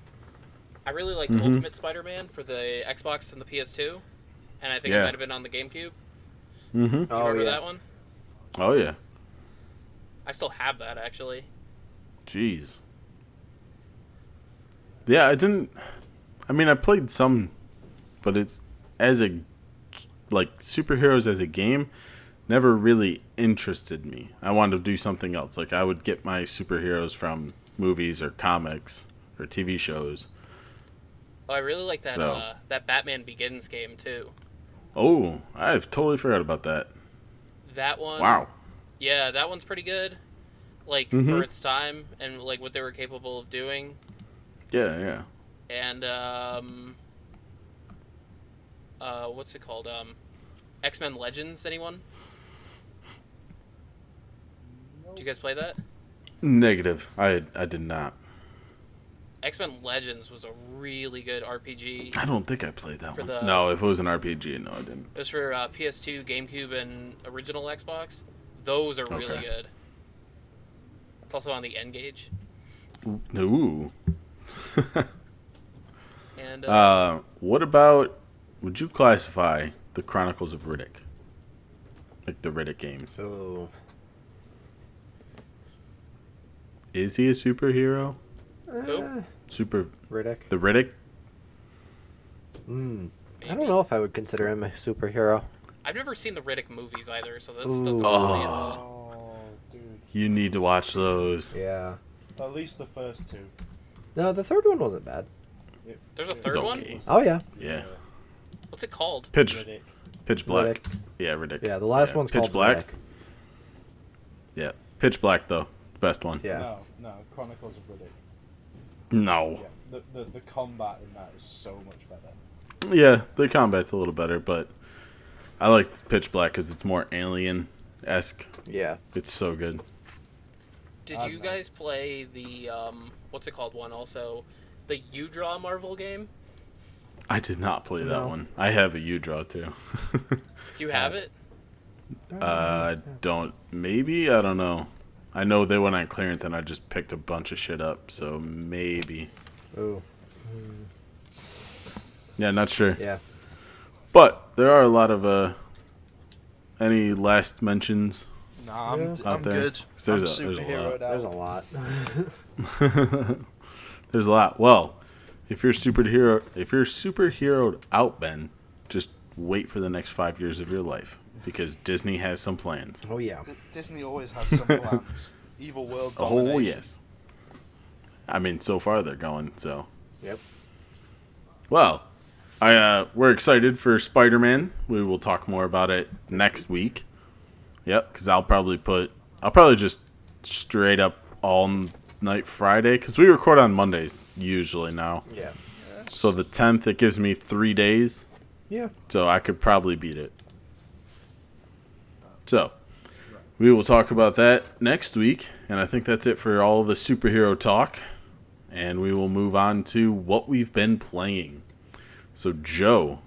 Speaker 3: I really liked
Speaker 1: Mhm.
Speaker 3: Ultimate Spider-Man for the Xbox and the PS2, and I think
Speaker 1: Yeah.
Speaker 3: it might have been on the GameCube.
Speaker 1: hmm
Speaker 3: You
Speaker 4: Oh
Speaker 3: remember
Speaker 4: yeah.
Speaker 3: that one?
Speaker 1: Oh yeah.
Speaker 3: I still have that actually.
Speaker 1: Jeez. Yeah, I didn't. I mean, I played some, but it's as a like superheroes as a game never really interested me. I wanted to do something else. Like I would get my superheroes from movies or comics or TV shows.
Speaker 3: Oh, I really like that
Speaker 1: So-
Speaker 3: uh, that Batman Begins game too.
Speaker 1: Oh, I've totally forgot about that.
Speaker 3: That one.
Speaker 1: Wow.
Speaker 3: Yeah, that one's pretty good. Like for
Speaker 1: Mhm.
Speaker 3: its time and like what they were capable of doing.
Speaker 1: Yeah, yeah.
Speaker 3: And um uh what's it called? Um X-Men Legends anyone? Did you guys play that?
Speaker 1: Negative. I I did not.
Speaker 3: X-Men Legends was a really good RPG.
Speaker 1: I don't think I played that
Speaker 3: For
Speaker 1: one.
Speaker 3: the-
Speaker 1: No, if it was an RPG, no, I didn't.
Speaker 3: It was for uh, PS2, GameCube and original Xbox. Those are really
Speaker 1: Okay.
Speaker 3: good. It's also on the N gauge.
Speaker 1: Ooh.
Speaker 3: And uh,
Speaker 1: Uh, what about? Would you classify the Chronicles of Riddick, like the Riddick games?
Speaker 4: So
Speaker 1: Is he a superhero?
Speaker 3: Who?
Speaker 1: Super
Speaker 4: eh, Riddick.
Speaker 1: the Riddick?
Speaker 4: Mm. I
Speaker 3: maybe.
Speaker 4: don't know if I would consider him a superhero.
Speaker 3: I've never seen the Riddick movies either, so this
Speaker 4: Ooh.
Speaker 3: doesn't really uh,
Speaker 1: Oh.
Speaker 5: Oh, dude.
Speaker 1: You need to watch those.
Speaker 4: Yeah.
Speaker 5: At least the first two.
Speaker 4: No, the third one wasn't bad.
Speaker 5: It-
Speaker 3: There's a
Speaker 5: it-
Speaker 3: third
Speaker 1: okay.
Speaker 3: one?
Speaker 4: Oh yeah.
Speaker 1: Yeah.
Speaker 3: What's it called?
Speaker 1: Pitch
Speaker 5: Riddick.
Speaker 1: Pitch Black.
Speaker 4: Riddick.
Speaker 1: Yeah, Riddick.
Speaker 4: Yeah, the last
Speaker 1: Yeah,
Speaker 4: one's
Speaker 1: Pitch
Speaker 4: called
Speaker 1: Black.
Speaker 4: Riddick.
Speaker 1: Yeah, Pitch Black though. best one.
Speaker 4: Yeah.
Speaker 5: No, no, Chronicles of Riddick.
Speaker 1: No.
Speaker 5: Yeah, the, the the combat in that is so much better.
Speaker 1: Yeah, the combat's a little better, but I like Pitch Black because it's more alien esque.
Speaker 4: Yeah.
Speaker 1: It's so good.
Speaker 3: Did
Speaker 5: I'd
Speaker 3: you
Speaker 5: know.
Speaker 3: guys play the um, what's it called one also, the You Draw Marvel game?
Speaker 1: I did not play that
Speaker 4: No.
Speaker 1: one. I have a U draw too.
Speaker 3: Do you have it?
Speaker 1: uh, I don't. Maybe I don't know. I know they went on clearance, and I just picked a bunch of shit up. So maybe.
Speaker 4: Ooh.
Speaker 1: Yeah, not sure.
Speaker 4: Yeah.
Speaker 1: But there are a lot of uh. Any last mentions?
Speaker 5: Nah, I'm,
Speaker 4: Yeah.
Speaker 1: Out
Speaker 2: I'm
Speaker 1: there.
Speaker 2: good.
Speaker 1: So
Speaker 2: I'm
Speaker 1: there's a- there's a
Speaker 2: superheroed
Speaker 1: lot.
Speaker 4: There's a
Speaker 5: out.
Speaker 4: lot.
Speaker 1: There's a lot. Well, if you're superhero, if you're superheroed out, Ben, just wait for the next five years of your life because Disney has some plans.
Speaker 4: oh yeah.
Speaker 5: Di- Disney always has some plans. Evil world domination.
Speaker 1: Oh yes. I mean, so far they're going so.
Speaker 4: Yep.
Speaker 1: Well, I uh, we're excited for Spider Man. We will talk more about it next week. Yep, because I'll probably put I'll probably just straight up all night Friday because we record on Mondays usually now.
Speaker 4: Yeah.
Speaker 1: So the tenth it gives me three days.
Speaker 4: Yeah.
Speaker 1: So I could probably beat it. So we will talk about that next week, and I think that's it for all the superhero talk. And we will move on to what we've been playing. So Joe,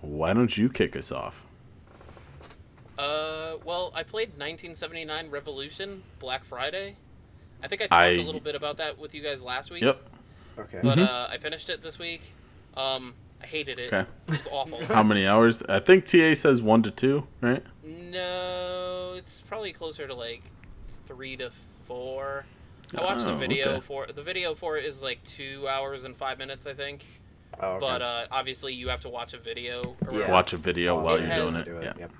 Speaker 1: why don't you kick us off?
Speaker 3: Uh, well, I played 1979 Revolution Black Friday. I think I talked
Speaker 1: I-
Speaker 3: a little bit about that with you guys last week.
Speaker 1: Yep.
Speaker 4: Okay.
Speaker 3: But uh, I finished it this week. Um, I hated it.
Speaker 1: Mm-hmm. Okay.
Speaker 3: It's awful.
Speaker 1: How many hours? I think TA says one to two, right?
Speaker 3: No, it's probably closer to like three to four. I watched
Speaker 1: Oh,
Speaker 3: the video
Speaker 1: okay.
Speaker 3: for the video for it is like two hours and five minutes, I think.
Speaker 4: oh, okay.
Speaker 3: But uh, obviously, you have to watch a video. Or
Speaker 4: Yeah.
Speaker 1: Watch a video
Speaker 4: Well,
Speaker 1: Oh, while
Speaker 3: it
Speaker 1: you're
Speaker 3: has-
Speaker 1: doing it.
Speaker 4: Do
Speaker 1: Yeah.
Speaker 4: Yep.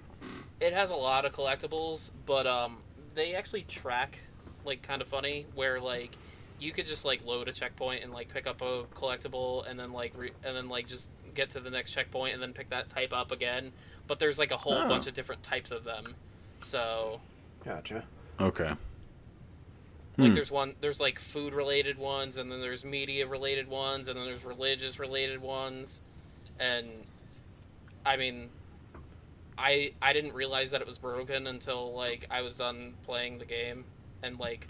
Speaker 3: It has a lot of collectibles, but um, they actually track like kind of funny where like you could just like load a checkpoint and like pick up a collectible and then like re- and then like just get to the next checkpoint and then pick that type up again. But there's like a whole
Speaker 1: Oh.
Speaker 3: bunch of different types of them. So
Speaker 4: Gotcha.
Speaker 1: Okay.
Speaker 3: Like
Speaker 1: Hmm.
Speaker 3: there's one there's like food related ones and then there's media related ones and then there's religious related ones. And I mean I I didn't realize that it was broken until like I was done playing the game and like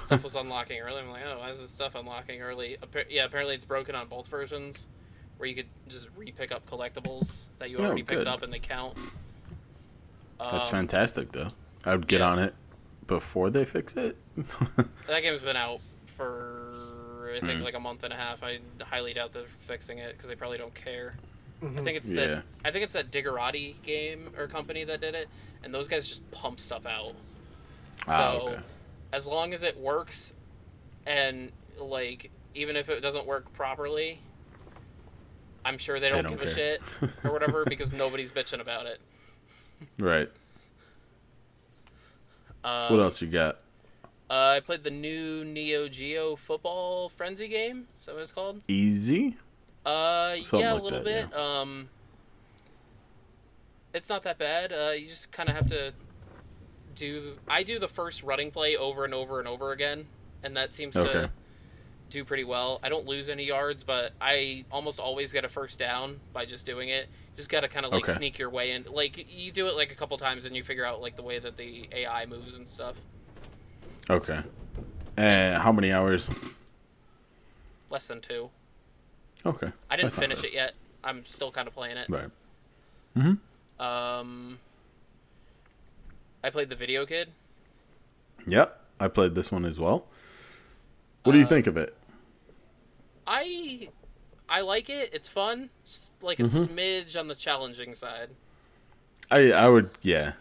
Speaker 3: stuff was unlocking early. I'm like, "Oh, why is this stuff unlocking early?" Appa- yeah, apparently it's broken on both versions where you could just re-pick up collectibles that you
Speaker 1: Oh,
Speaker 3: already
Speaker 1: good.
Speaker 3: picked up and they count.
Speaker 1: That's
Speaker 3: Um,
Speaker 1: fantastic though. I would get
Speaker 3: yeah.
Speaker 1: on it before they fix it.
Speaker 3: That game's been out for I think like a month and a half. I highly doubt they're fixing it because they probably don't care.
Speaker 4: Mm-hmm. Hmm.
Speaker 3: I think it's
Speaker 1: Yeah.
Speaker 3: that I think it's that Diggerati game or company that did it, and those guys just pump stuff out.
Speaker 1: Ah,
Speaker 3: so
Speaker 1: okay.
Speaker 3: as long as it works, and like even if it doesn't work properly, I'm sure they don't,
Speaker 1: don't
Speaker 3: give
Speaker 1: care.
Speaker 3: a shit or whatever because nobody's bitching about it.
Speaker 1: right.
Speaker 3: Um,
Speaker 1: What else you got?
Speaker 3: Uh, I played the new Neo Geo Football Frenzy game. Is that what it's called?
Speaker 1: Easy.
Speaker 3: Uh,
Speaker 1: Something
Speaker 3: yeah, a
Speaker 1: like
Speaker 3: little
Speaker 1: that,
Speaker 3: bit. Um, it's not that bad. Uh, you just kind of have to do. I do the first running play over and over and over again, and that seems
Speaker 1: Okay.
Speaker 3: to do pretty well. I don't lose any yards, but I almost always get a first down by just doing it. Just gotta kind of like
Speaker 1: Okay.
Speaker 3: sneak your way in. Like you do it like a couple times, and you figure out like the way that the AI moves and stuff.
Speaker 1: Okay. And how many hours?
Speaker 3: Less than two.
Speaker 1: Okay.
Speaker 3: I didn't
Speaker 1: That's not
Speaker 3: finish
Speaker 1: bad.
Speaker 3: it yet. I'm still kind of playing it.
Speaker 1: Right.
Speaker 3: Um, I played the Video Kid.
Speaker 1: Yep. I played this one as well. What do
Speaker 3: Uh,
Speaker 1: you think of it?
Speaker 3: I I like it. It's fun. Just like a
Speaker 1: Mm-hmm.
Speaker 3: smidge on the challenging side.
Speaker 1: I I would yeah.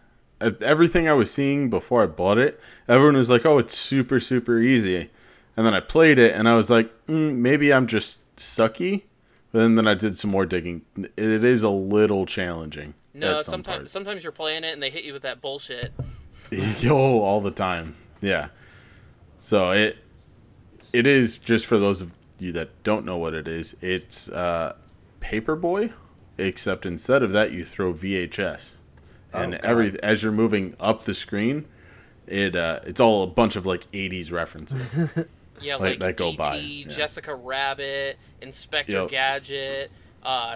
Speaker 1: Uh, Everything I was seeing before I bought it, everyone was like, "Oh, it's super super easy," and then I played it and I was like, mm, "Maybe I'm just sucky." But then, then I did some more digging. It is a little challenging.
Speaker 3: No,
Speaker 1: at some
Speaker 3: sometimes
Speaker 1: parts.
Speaker 3: sometimes you're playing it and they hit you with that bullshit.
Speaker 1: Yo, all the time. Yeah. So it it is just for those of you that don't know what it is. It's uh, Paperboy, except instead of that, you throw VHS, and
Speaker 4: God.
Speaker 1: every as you're moving up the screen, it uh, it's all a bunch of like '80s references.
Speaker 3: Yeah,
Speaker 1: Like, that
Speaker 3: like,
Speaker 1: go
Speaker 3: E.T.,
Speaker 1: by, yeah.
Speaker 3: Jessica Rabbit, Inspector
Speaker 1: Yep.
Speaker 3: Gadget, uh,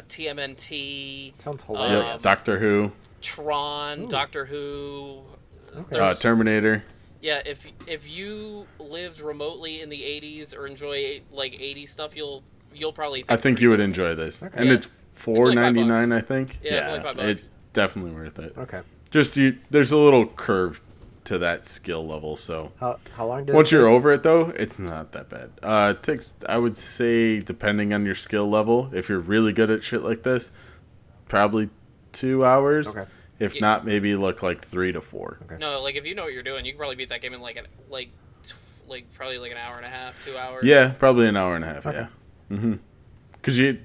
Speaker 3: TMNT,
Speaker 4: Sounds
Speaker 3: Uh,
Speaker 1: yep.
Speaker 4: hilarious.
Speaker 1: Doctor Who,
Speaker 3: Tron,
Speaker 4: Ooh.
Speaker 3: Doctor Who.
Speaker 4: Okay.
Speaker 1: uh,
Speaker 3: There's-
Speaker 1: Terminator.
Speaker 3: Yeah, if if you lived remotely in the '80s or enjoy like '80s stuff, you'll you'll probably.
Speaker 1: I think
Speaker 3: it's
Speaker 1: you would enjoy this,
Speaker 4: Okay.
Speaker 1: and
Speaker 3: Yeah.
Speaker 1: it's four ninety
Speaker 3: It's only five
Speaker 1: nine. I
Speaker 3: bucks.
Speaker 1: think.
Speaker 3: Yeah, it's only five bucks.
Speaker 1: it's definitely worth it.
Speaker 4: Okay.
Speaker 1: Just you, there's a little curve to that skill level, so
Speaker 4: How, how long did
Speaker 1: Once
Speaker 4: it
Speaker 1: you're over it, though, it's not that bad. Uh, it takes, I would say, depending on your skill level, if you're really good at shit like this, probably two hours.
Speaker 4: Okay.
Speaker 1: If
Speaker 3: Yeah.
Speaker 1: not, maybe look like three to four.
Speaker 4: Okay.
Speaker 3: No, like if you know what you're doing, you can probably beat that game in like an like tw- like probably like an hour and a half, two hours.
Speaker 1: Yeah, probably an hour and a half.
Speaker 4: Okay.
Speaker 1: Yeah. Mm-hmm. Because you,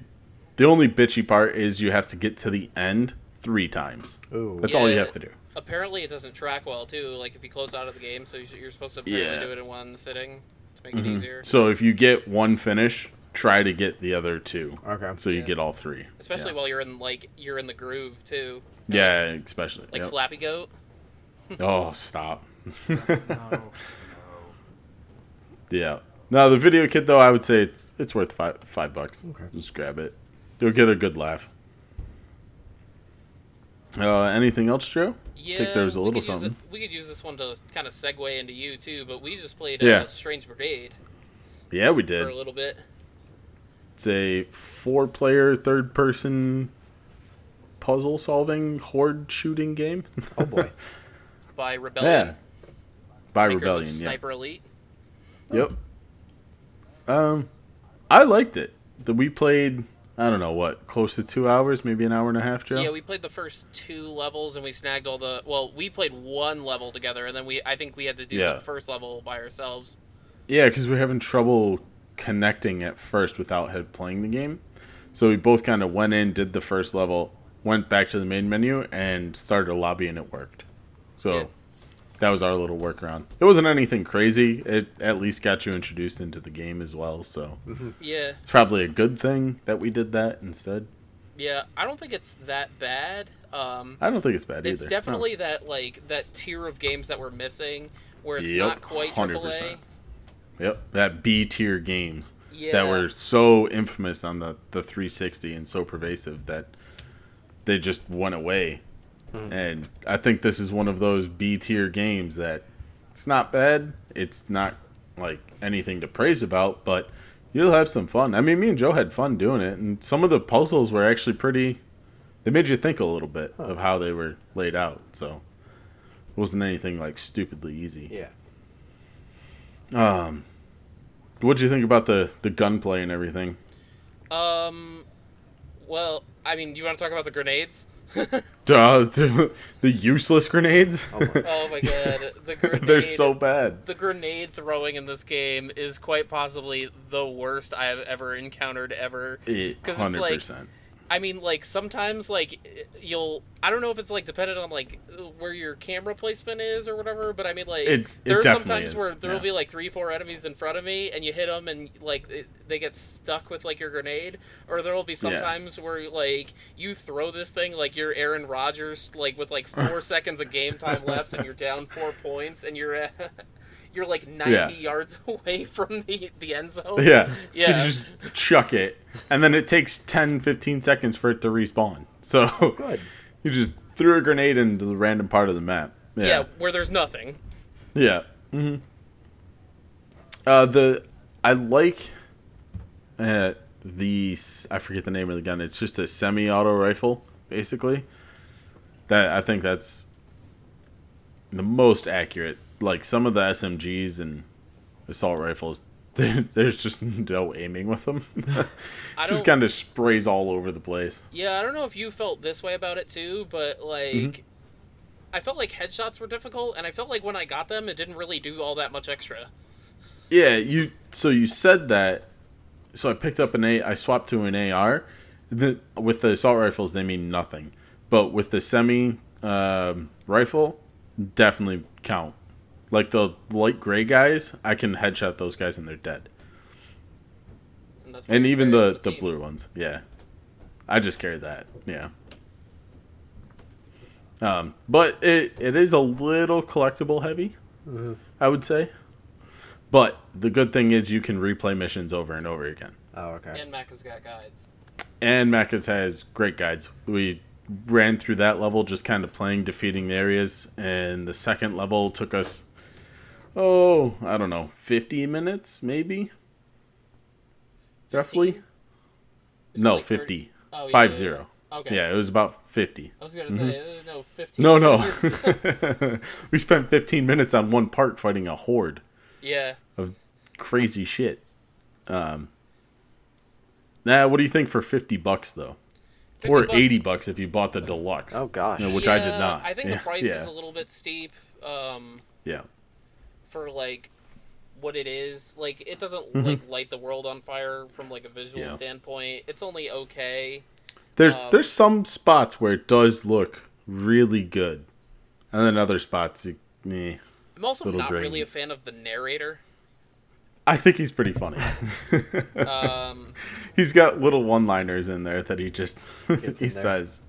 Speaker 1: the only bitchy part is you have to get to the end three times.
Speaker 4: Ooh.
Speaker 1: That's all you
Speaker 3: Yeah.
Speaker 1: have to do.
Speaker 3: Apparently, it doesn't track well too. Like if you close out of the game, so you- you're supposed to apparently
Speaker 1: Yeah. Mm-hmm.
Speaker 3: do it in one sitting to make it easier.
Speaker 1: So if you get one finish, try to get the other two.
Speaker 4: Okay.
Speaker 1: So you
Speaker 3: Yeah.
Speaker 1: get all three.
Speaker 3: Especially while you're in like you're in the groove too.
Speaker 1: yeah, yeah especially
Speaker 3: Like
Speaker 1: yep.
Speaker 3: Flappy Goat.
Speaker 1: Oh, stop.
Speaker 5: No, no.
Speaker 1: Yeah. No, the video kit though, I would say it's it's worth five five bucks.
Speaker 4: Okay.
Speaker 1: Just grab it. You'll get a good laugh. Uh, anything else, Joe?
Speaker 3: Yeah,
Speaker 1: there was a
Speaker 3: we
Speaker 1: little
Speaker 3: could use it-
Speaker 1: something.
Speaker 3: we could use this one to kind of segue into you too, but we just played
Speaker 1: Yeah.
Speaker 3: uh, Strange Brigade
Speaker 1: Yeah, we
Speaker 3: for a
Speaker 1: did.
Speaker 3: little bit.
Speaker 1: It's a four-player, third-person puzzle-solving horde shooting game.
Speaker 4: Oh boy.
Speaker 3: by Rebellion.
Speaker 1: yeah. By
Speaker 3: Oh, makers of
Speaker 1: Rebellion, yeah.
Speaker 3: Sniper Elite.
Speaker 1: Yep. Um, I liked it. The, we played, I don't know what, close to two hours, maybe an hour and a half, Joe.
Speaker 3: Yeah, we played the first two levels and we snagged all the. Well, we played one level together, and then we I think we had to do
Speaker 1: Yeah.
Speaker 3: the first level by ourselves.
Speaker 1: Yeah, because we're having trouble connecting at first without head playing the game. So we both kind of went in, did the first level, went back to the main menu, and started a lobby, and it worked. So
Speaker 3: Yeah.
Speaker 1: that was our little workaround. It wasn't anything crazy. It at least got you introduced into the game as well. So
Speaker 3: Mm-hmm. Yeah,
Speaker 1: it's probably a good thing that we did that instead.
Speaker 3: yeah. I don't think it's that bad. Um,
Speaker 1: I don't think it's bad
Speaker 3: it's
Speaker 1: either. No.
Speaker 3: definitely that like that tier of games that we're missing, where it's
Speaker 1: Yep,
Speaker 3: not quite triple A.
Speaker 1: 100%. Yep, that B tier games.
Speaker 3: Yeah.
Speaker 1: that were so infamous on the, the 360 and so pervasive that they just went away. And I think this is one of those B tier games that it's not bad. It's not like anything to praise about, but you'll have some fun. I mean, me and Joe had fun doing it, and some of the puzzles were actually pretty. They made you think a little bit of how they were laid out, so it wasn't anything like stupidly easy.
Speaker 4: Yeah.
Speaker 1: Um, what do you think about the the gunplay and everything?
Speaker 3: Um, well, I mean, do you want to talk about the grenades?
Speaker 1: Duh, Uh, the, the useless grenades.
Speaker 4: Oh my.
Speaker 3: Oh my god, the grenade.
Speaker 1: They're so bad.
Speaker 3: The grenade throwing in this game is quite possibly the worst I have ever encountered ever. it's like-
Speaker 1: Hundred percent.
Speaker 3: I mean, like sometimes, like you'll. I don't know if it's like dependent on like where your camera placement is or whatever, but I mean, like
Speaker 1: It- it
Speaker 3: there are
Speaker 1: definitely
Speaker 3: sometimes
Speaker 1: is,
Speaker 3: where there will
Speaker 1: yeah.
Speaker 3: be like three, four enemies in front of me, and you hit them, and like it, they get stuck with like your grenade, or there will be sometimes where like you throw this thing like you're Aaron Rodgers, like with like four seconds of game time left, and you're down four points, and you're. Uh, You're like ninety
Speaker 1: Yeah.
Speaker 3: yards away from the, the end zone.
Speaker 1: Yeah. So you
Speaker 3: Yeah.
Speaker 1: just chuck it, and then it takes 10, 15 seconds for it to respawn. So
Speaker 4: Good.
Speaker 1: you just threw a grenade into the random part of the map.
Speaker 3: yeah, where there's nothing.
Speaker 1: Yeah. hmm Uh, the I like uh, the s- I forget the name of the gun. It's just a semi-auto rifle, basically. That I think that's the most accurate. Like some of the SMGs and assault rifles, there- there's just no aiming with them.
Speaker 3: I don't.
Speaker 1: just kind of sprays all over the place.
Speaker 3: Yeah, I don't know if you felt this way about it too, but like
Speaker 1: Mm-hmm.
Speaker 3: I felt like headshots were difficult and I felt like when I got them it didn't really do all that much extra.
Speaker 1: Yeah, you. So you said that. So I picked up an A. I swapped to an AR. The, with the assault rifles, they mean nothing, but with the semi um, rifle, definitely count. Like the light gray guys, I can headshot those guys and they're dead.
Speaker 3: And, that's why
Speaker 1: And
Speaker 3: we
Speaker 1: even
Speaker 3: carried
Speaker 1: the
Speaker 3: on
Speaker 1: the
Speaker 3: team.
Speaker 1: blue ones, yeah. I just carry that, yeah. Um, but it it is a little collectible heavy. I would say. But the good thing is you can replay missions over and over again.
Speaker 4: Oh, okay.
Speaker 3: And Mac has got guides.
Speaker 1: And Macus has great guides. We ran through that level just kind of playing, defeating the areas, and the second level took us, oh, I don't know, 50 minutes maybe? Roughly?
Speaker 3: It's
Speaker 1: No,
Speaker 3: like 30
Speaker 1: 50.
Speaker 3: Oh, yeah,
Speaker 1: Five
Speaker 3: yeah,
Speaker 1: zero.
Speaker 3: yeah. Okay.
Speaker 1: Yeah, it was about 50.
Speaker 3: I was gonna say uh, no fifteen.
Speaker 1: No, no.
Speaker 3: minutes.
Speaker 1: we spent 15 minutes on one part fighting a horde.
Speaker 3: yeah.
Speaker 1: Crazy shit. Um, now, what do you think for 50 bucks, though?
Speaker 3: 50
Speaker 1: Or
Speaker 3: bucks.
Speaker 1: 80 bucks if you bought the deluxe.
Speaker 4: Oh gosh.
Speaker 1: No, which I did
Speaker 3: Yeah,
Speaker 1: not.
Speaker 3: I think
Speaker 1: Yeah,
Speaker 3: the price
Speaker 1: yeah,
Speaker 3: is a little bit steep. Um,
Speaker 1: Yeah.
Speaker 3: for like what it is. Like it doesn't like light the world on fire from like a visual
Speaker 1: Mm-hmm. Yeah.
Speaker 3: standpoint. It's only okay.
Speaker 1: There's
Speaker 3: Um,
Speaker 1: there's some spots where it does look really good, and then other spots, it, meh.
Speaker 3: I'm also
Speaker 1: Little
Speaker 3: not really
Speaker 1: grainy.
Speaker 3: a fan of the narrator.
Speaker 1: I think he's pretty funny.
Speaker 3: Um,
Speaker 1: he's got little one-liners in there that he just
Speaker 4: in
Speaker 1: he
Speaker 4: there.
Speaker 1: says.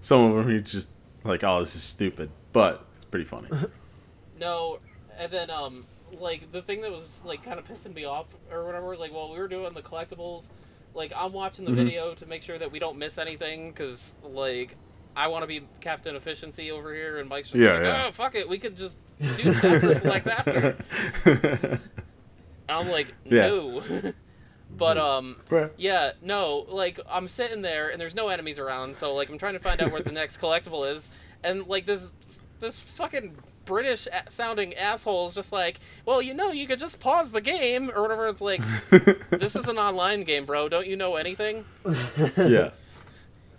Speaker 1: Some of them he's just like, "Oh, this is stupid," but it's pretty funny.
Speaker 3: no, and then um, like the thing that was like kind of pissing me off or whatever. Like while we were doing the collectibles, like I'm watching
Speaker 1: Mm-hmm.
Speaker 3: the video to make sure that we don't miss anything because like. I want to be Captain Efficiency over here, and Mike's just
Speaker 1: Yeah,
Speaker 3: like,
Speaker 1: yeah.
Speaker 3: "Oh, fuck it, we could just do chapter select after." And I'm like,
Speaker 1: Yeah.
Speaker 3: no. but um,
Speaker 1: Right.
Speaker 3: yeah, no. Like I'm sitting there and there's no enemies around, so like I'm trying to find out where the next collectible is, and like this this fucking British a- sounding asshole is just like, well, you know, you could just pause the game or whatever. It's like, this is an online game, bro. Don't you know anything?
Speaker 1: yeah,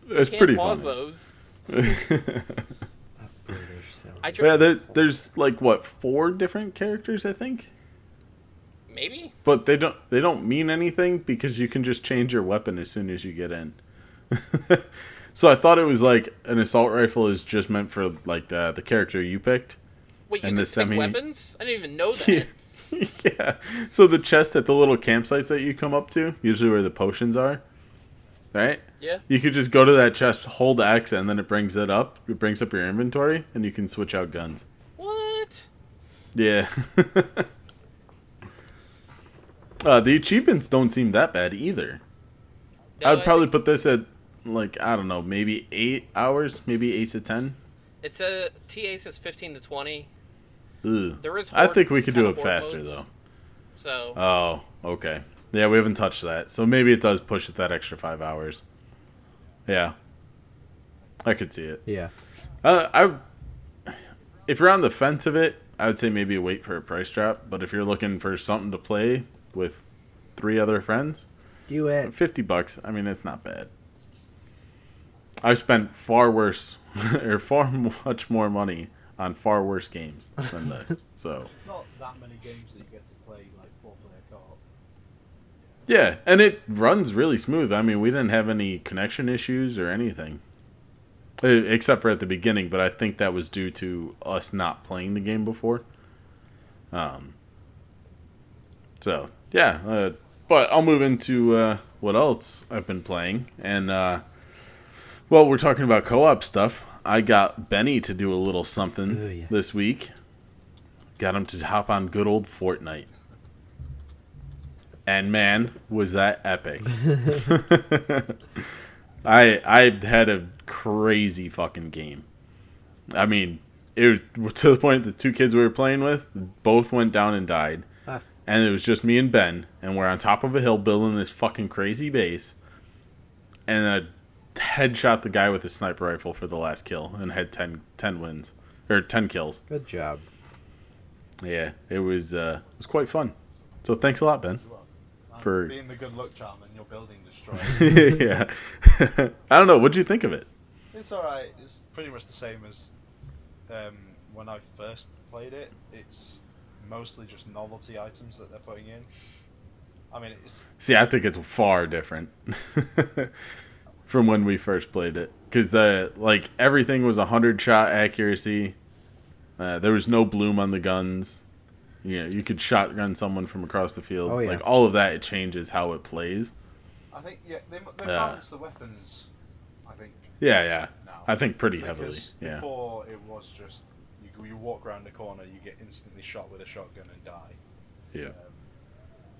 Speaker 1: it's
Speaker 3: Can't
Speaker 1: pretty
Speaker 3: pause
Speaker 1: funny.
Speaker 3: those.
Speaker 4: British sound.
Speaker 3: I tr-
Speaker 1: yeah, there, there's like what four different characters, I think.
Speaker 3: maybe.
Speaker 1: but they don't they don't mean anything because you can just change your weapon as soon as you get in. so I thought it was like an assault rifle is just meant for like uh, the, the character you picked.
Speaker 3: Wait, you
Speaker 1: And
Speaker 3: can
Speaker 1: the
Speaker 3: pick
Speaker 1: semi-
Speaker 3: weapons? I didn't even know that.
Speaker 1: yeah. So the chest at the little campsites that you come up to, usually where the potions are, right?
Speaker 3: yeah.
Speaker 1: You could just go to that chest, hold X, and then it brings it up. It brings up your inventory, and you can switch out guns.
Speaker 3: What?
Speaker 1: Yeah. uh, the achievements don't seem that bad either.
Speaker 3: No,
Speaker 1: I would
Speaker 3: I
Speaker 1: probably
Speaker 3: think
Speaker 1: put this at like I don't know, maybe eight hours, maybe eight to ten.
Speaker 3: It's a TA says 15 to 20.
Speaker 1: Ugh.
Speaker 3: There is
Speaker 1: I
Speaker 3: horde-
Speaker 1: think we could do
Speaker 3: kinda
Speaker 1: it
Speaker 3: horde
Speaker 1: faster
Speaker 3: modes.
Speaker 1: though.
Speaker 3: So
Speaker 1: Oh, okay. Yeah, we haven't touched that, so maybe it does push it that extra five hours. Yeah, I could see it.
Speaker 4: Yeah.
Speaker 1: Uh, I, if you're on the fence of it, I would say maybe wait for a price drop. But if you're looking for something to play with three other friends,
Speaker 4: Do it.
Speaker 1: fifty bucks. I mean, it's not bad. I've spent far worse, or far much more money on far worse games than this. So
Speaker 6: There's not that many games that you get to play like four player co-op.
Speaker 1: yeah, and it runs really smooth. I mean, we didn't have any connection issues or anything, Eh, except for at the beginning. But I think that was due to us not playing the game before. Um. So yeah, uh, but I'll move into uh, what else I've been playing, and uh, well, we're talking about co-op stuff. I got Benny to do a little something
Speaker 4: Oh, yes.
Speaker 1: this week. Got him to hop on good old Fortnite, and man, was that epic! I I had a crazy fucking game. I mean, it was to the point the two kids we were playing with both went down and died
Speaker 4: Ah.
Speaker 1: and it was just me and Ben, and we're on top of a hill building this fucking crazy base, and I headshot the guy with a sniper rifle for the last kill, and had 10, 10 wins or ten kills.
Speaker 4: Good job.
Speaker 1: Yeah, it was uh, it was quite fun. So thanks a lot, Ben. For
Speaker 6: Being the good luck charm and your building destroyed.
Speaker 1: yeah, I don't know. What'd you think of it?
Speaker 6: It's alright. It's pretty much the same as um, when I first played it. It's mostly just novelty items that they're putting in. I mean, it's
Speaker 1: See, I think it's far different from when we first played it because the like everything was hundred shot accuracy. Uh, there was no bloom on the guns. You know, you could shotgun someone from across the field.
Speaker 4: Oh, yeah.
Speaker 1: Like all of that, it changes how it plays.
Speaker 6: I think yeah they they
Speaker 1: Yeah.
Speaker 6: balance the weapons. I think
Speaker 1: Yeah, yeah.
Speaker 6: now
Speaker 1: I think pretty heavily.
Speaker 6: because
Speaker 1: Yeah,
Speaker 6: before it was just you
Speaker 5: you walk around a corner, you get instantly shot with a shotgun and die.
Speaker 1: Yeah.
Speaker 5: Um,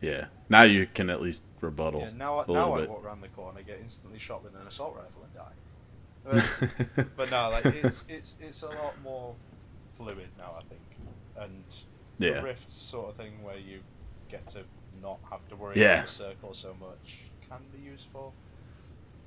Speaker 1: Yeah. Now you can at least rebuttal.
Speaker 5: yeah, now I,
Speaker 1: Oh, a
Speaker 5: now
Speaker 1: little
Speaker 5: I
Speaker 1: bit.
Speaker 5: walk around the corner, get instantly shot with an assault rifle and die. Uh, but no, like it's it's it's a lot more fluid now, I think, and the
Speaker 1: yeah.
Speaker 5: rift sort of thing where you get to not have to worry
Speaker 1: Yeah.
Speaker 5: about the circle so much can be useful.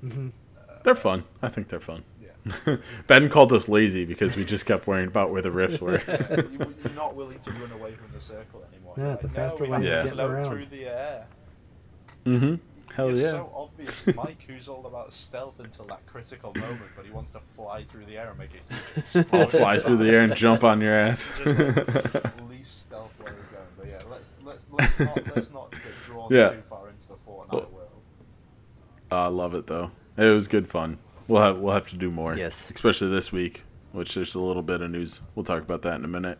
Speaker 4: Mhm.
Speaker 5: Uh,
Speaker 1: They're fun. I think they're fun.
Speaker 5: Yeah.
Speaker 1: ben called us lazy because we just kept worrying about where the rifts were.
Speaker 5: yeah, you, are not willing to run away from the circle anymore.
Speaker 4: Yeah,
Speaker 5: You're
Speaker 4: it's a
Speaker 5: like,
Speaker 4: faster
Speaker 5: no, we
Speaker 4: way
Speaker 5: have
Speaker 1: of
Speaker 5: to
Speaker 1: getting
Speaker 5: float
Speaker 4: around."
Speaker 5: through the air.
Speaker 1: mm-hmm. Hell
Speaker 5: it's
Speaker 1: yeah.
Speaker 5: so obvious, Mike, who's all about stealth until that critical moment, but he wants to fly through the air and make a huge
Speaker 1: I'll
Speaker 5: explosion.
Speaker 1: fly through the air and jump on your ass.
Speaker 5: Just like, least stealth way of going. But yeah, let's let's let's not let's not get drawn
Speaker 1: Yeah.
Speaker 5: too far into the Fortnite
Speaker 1: Well-
Speaker 5: world.
Speaker 1: I love it though. It was good fun. We'll have we'll have to do more.
Speaker 4: Yes.
Speaker 1: Especially this week, which there's a little bit of news. We'll talk about that in a minute.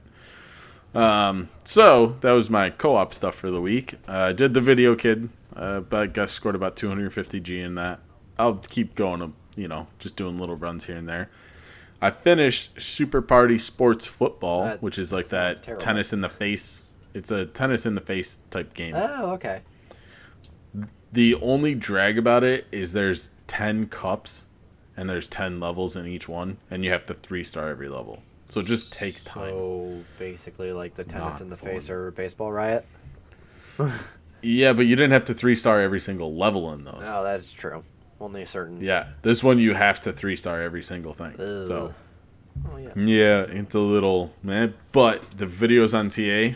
Speaker 1: Um, so that was my co-op stuff for the week. Uh, I did the video kid, uh, but I guess scored about 250 G in that. I'll keep going, uh, you know, just doing little runs here and there. I finished Super Party Sports Football,
Speaker 4: That
Speaker 1: which is like
Speaker 4: sounds
Speaker 1: that
Speaker 4: terrible.
Speaker 1: tennis in the face. It's a tennis in the face type game.
Speaker 4: Oh, okay.
Speaker 1: The only drag about it is there's 10 cups and there's 10 levels in each one, and you have to three star every level. So it just takes time.
Speaker 4: So basically, like the tennis
Speaker 1: not
Speaker 4: in the
Speaker 1: fun.
Speaker 4: face or baseball riot.
Speaker 1: Yeah, but you didn't have to three star every single level in those.
Speaker 4: Oh, that's true. Only certain.
Speaker 1: Yeah, this one you have to three star every single thing.
Speaker 4: Ugh.
Speaker 1: So,
Speaker 4: Oh yeah.
Speaker 1: yeah, it's a little man, but the videos on TA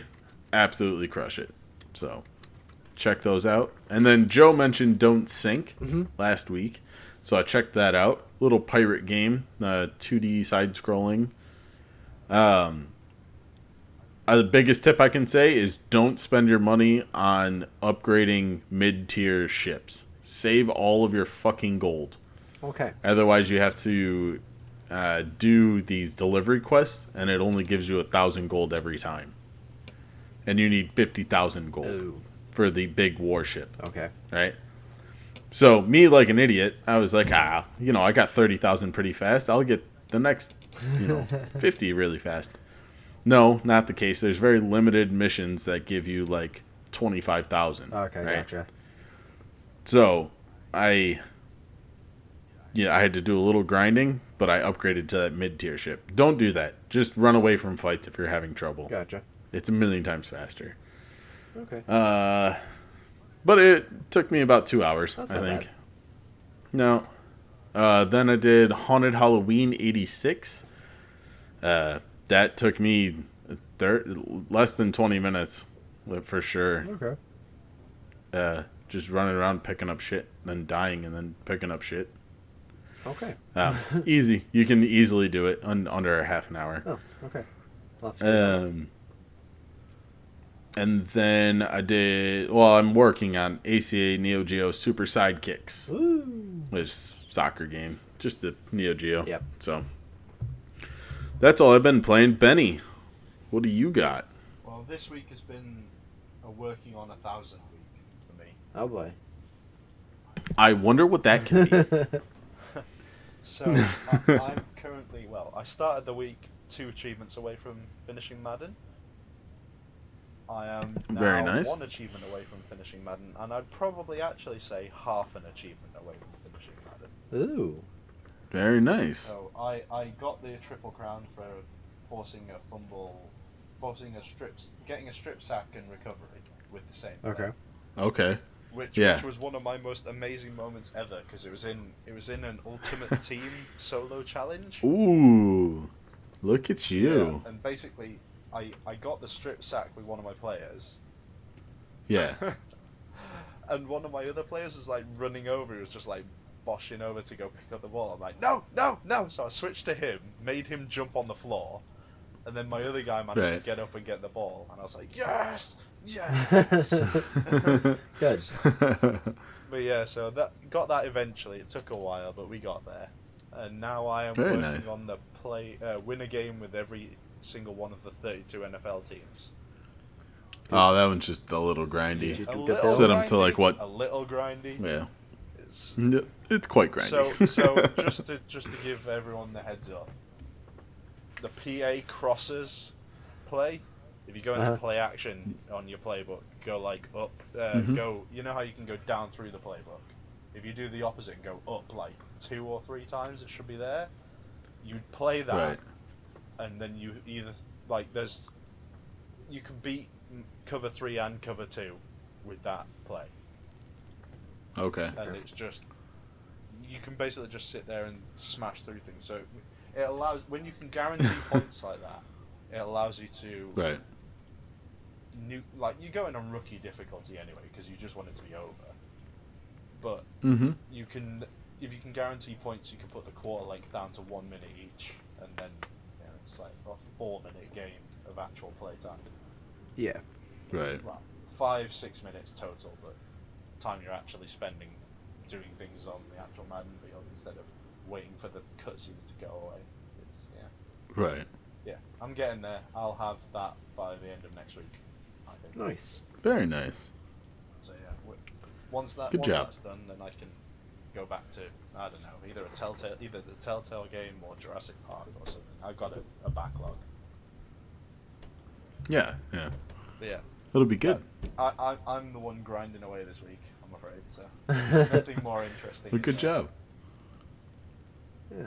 Speaker 1: absolutely crush it. So, check those out. And then Joe mentioned Don't Sink last week. So I checked that out. Little pirate game, uh, 2D side scrolling. Um, uh, the biggest tip I can say is don't spend your money on upgrading mid tier ships. Save all of your fucking gold.
Speaker 4: Okay.
Speaker 1: Otherwise, you have to uh, do these delivery quests, and it only gives you a thousand gold every time. And you need fifty thousand gold
Speaker 4: Ooh.
Speaker 1: for the big warship,
Speaker 4: Okay.
Speaker 1: right? So me, like an idiot, I was like, ah, you know, I got thirty thousand pretty fast. I'll get the next, you know, fifty really fast. No, not the case. There's very limited missions that give you like twenty five thousand.
Speaker 4: Okay. Gotcha.
Speaker 1: So, I yeah, I had to do a little grinding, but I upgraded to that mid-tier ship. Don't do that. Just run away from fights if you're having trouble.
Speaker 4: Gotcha.
Speaker 1: It's a million times faster.
Speaker 4: Okay.
Speaker 1: Uh but it took me about 2 hours,
Speaker 4: That's
Speaker 1: I
Speaker 4: not
Speaker 1: think.
Speaker 4: bad.
Speaker 1: No. Uh then I did Haunted Halloween 86. Uh that took me thir- less than 20 minutes for sure
Speaker 4: Okay.
Speaker 1: uh, just running around picking up shit, then dying, and then picking up shit.
Speaker 4: Okay.
Speaker 1: Um, easy. You can easily do it un- under a half an hour.
Speaker 4: Oh. Okay. I'll have to do that.
Speaker 1: Um, and then I did. Well, I'm working on ACA Neo Geo Super Sidekicks,
Speaker 4: Ooh.
Speaker 1: which is a soccer game, just the Neo Geo.
Speaker 4: Yep.
Speaker 1: So that's all I've been playing. Benny, what do you got?
Speaker 5: Well, this week has been a working on a thousand week for me.
Speaker 4: Oh boy.
Speaker 1: I wonder what that can be.
Speaker 5: So I, I'm currently well. I started the week two achievements away from finishing Madden. I am now
Speaker 1: Very nice.
Speaker 5: one achievement away from finishing Madden, and I'd probably actually say half an achievement away from finishing Madden.
Speaker 4: Ooh.
Speaker 1: Very nice.
Speaker 5: So I, I got the triple crown for forcing a fumble, forcing a strip, getting a strip sack and recovery with the same. play.
Speaker 4: Okay.
Speaker 1: Okay.
Speaker 5: which,
Speaker 1: Yeah.
Speaker 5: which was one of my most amazing moments ever because it was in it was in an ultimate team solo challenge.
Speaker 1: Ooh, look at
Speaker 5: Yeah,
Speaker 1: you.
Speaker 5: and basically, I I got the strip sack with one of my players.
Speaker 1: Yeah.
Speaker 5: and one of my other players is like running over. He was just like boshing over to go pick up the ball. I'm like, no, no, no. So I switched to him, made him jump on the floor, and then my other guy managed
Speaker 1: Right.
Speaker 5: to get up and get the ball. And I was like, yes, yes.
Speaker 4: Good.
Speaker 5: But yeah, so that got that eventually. It took a while, but we got there. And now I am
Speaker 1: Very
Speaker 5: working
Speaker 1: nice.
Speaker 5: on the play uh, win a game with every single one of the 32 NFL teams.
Speaker 1: oh, that one's just a little grindy.
Speaker 4: Did
Speaker 5: A
Speaker 4: you get
Speaker 5: little
Speaker 4: those?
Speaker 1: Set 'em to,
Speaker 5: grindy,
Speaker 1: like, what-
Speaker 5: A little grindy.
Speaker 1: Yeah,
Speaker 5: It's-
Speaker 1: N- it's quite grindy.
Speaker 5: So so just to just to give everyone the heads up. the PA crosses play. If you go into
Speaker 4: Uh-huh.
Speaker 5: play action on your playbook, go like up, uh,
Speaker 1: Mhm.
Speaker 5: go. You know how you can go down through the playbook. If you do the opposite and go up like two or three times, it should be there. You'd play that,
Speaker 1: Right.
Speaker 5: and then you either like there's you can beat mm, cover three and cover two with that play,
Speaker 1: Okay.
Speaker 5: and it's just you can basically just sit there and smash through things. So it allows when you can guarantee points like that, it allows you to
Speaker 1: Right.
Speaker 5: new like you go in on rookie difficulty anyway because you just want it to be over. But
Speaker 1: Mm-hmm.
Speaker 5: you can if you can guarantee points, you can put the quarter length down to one minute each, and then you know, it's like a four minute game of actual play time.
Speaker 4: Yeah.
Speaker 1: Right.
Speaker 5: Well, five six minutes total, but time you're actually spending doing things on the actual Madden field instead of waiting for the cutscenes to go away. It's, yeah,
Speaker 1: Right.
Speaker 5: yeah, I'm getting there. I'll have that by the end of next week. I think.
Speaker 4: Nice.
Speaker 1: Very nice.
Speaker 5: So yeah, w- once that
Speaker 1: Good
Speaker 5: once
Speaker 1: job.
Speaker 5: that's done, then I can go back to I don't know either a Telltale either the Telltale game or Jurassic Park or something. I've got a, a backlog.
Speaker 1: Yeah. Yeah.
Speaker 5: But yeah,
Speaker 1: It'll be good.
Speaker 5: I, I I'm the one grinding away this week. I'm afraid so. Nothing more interesting.
Speaker 1: Well, good
Speaker 5: is there.
Speaker 1: job.
Speaker 4: Yeah.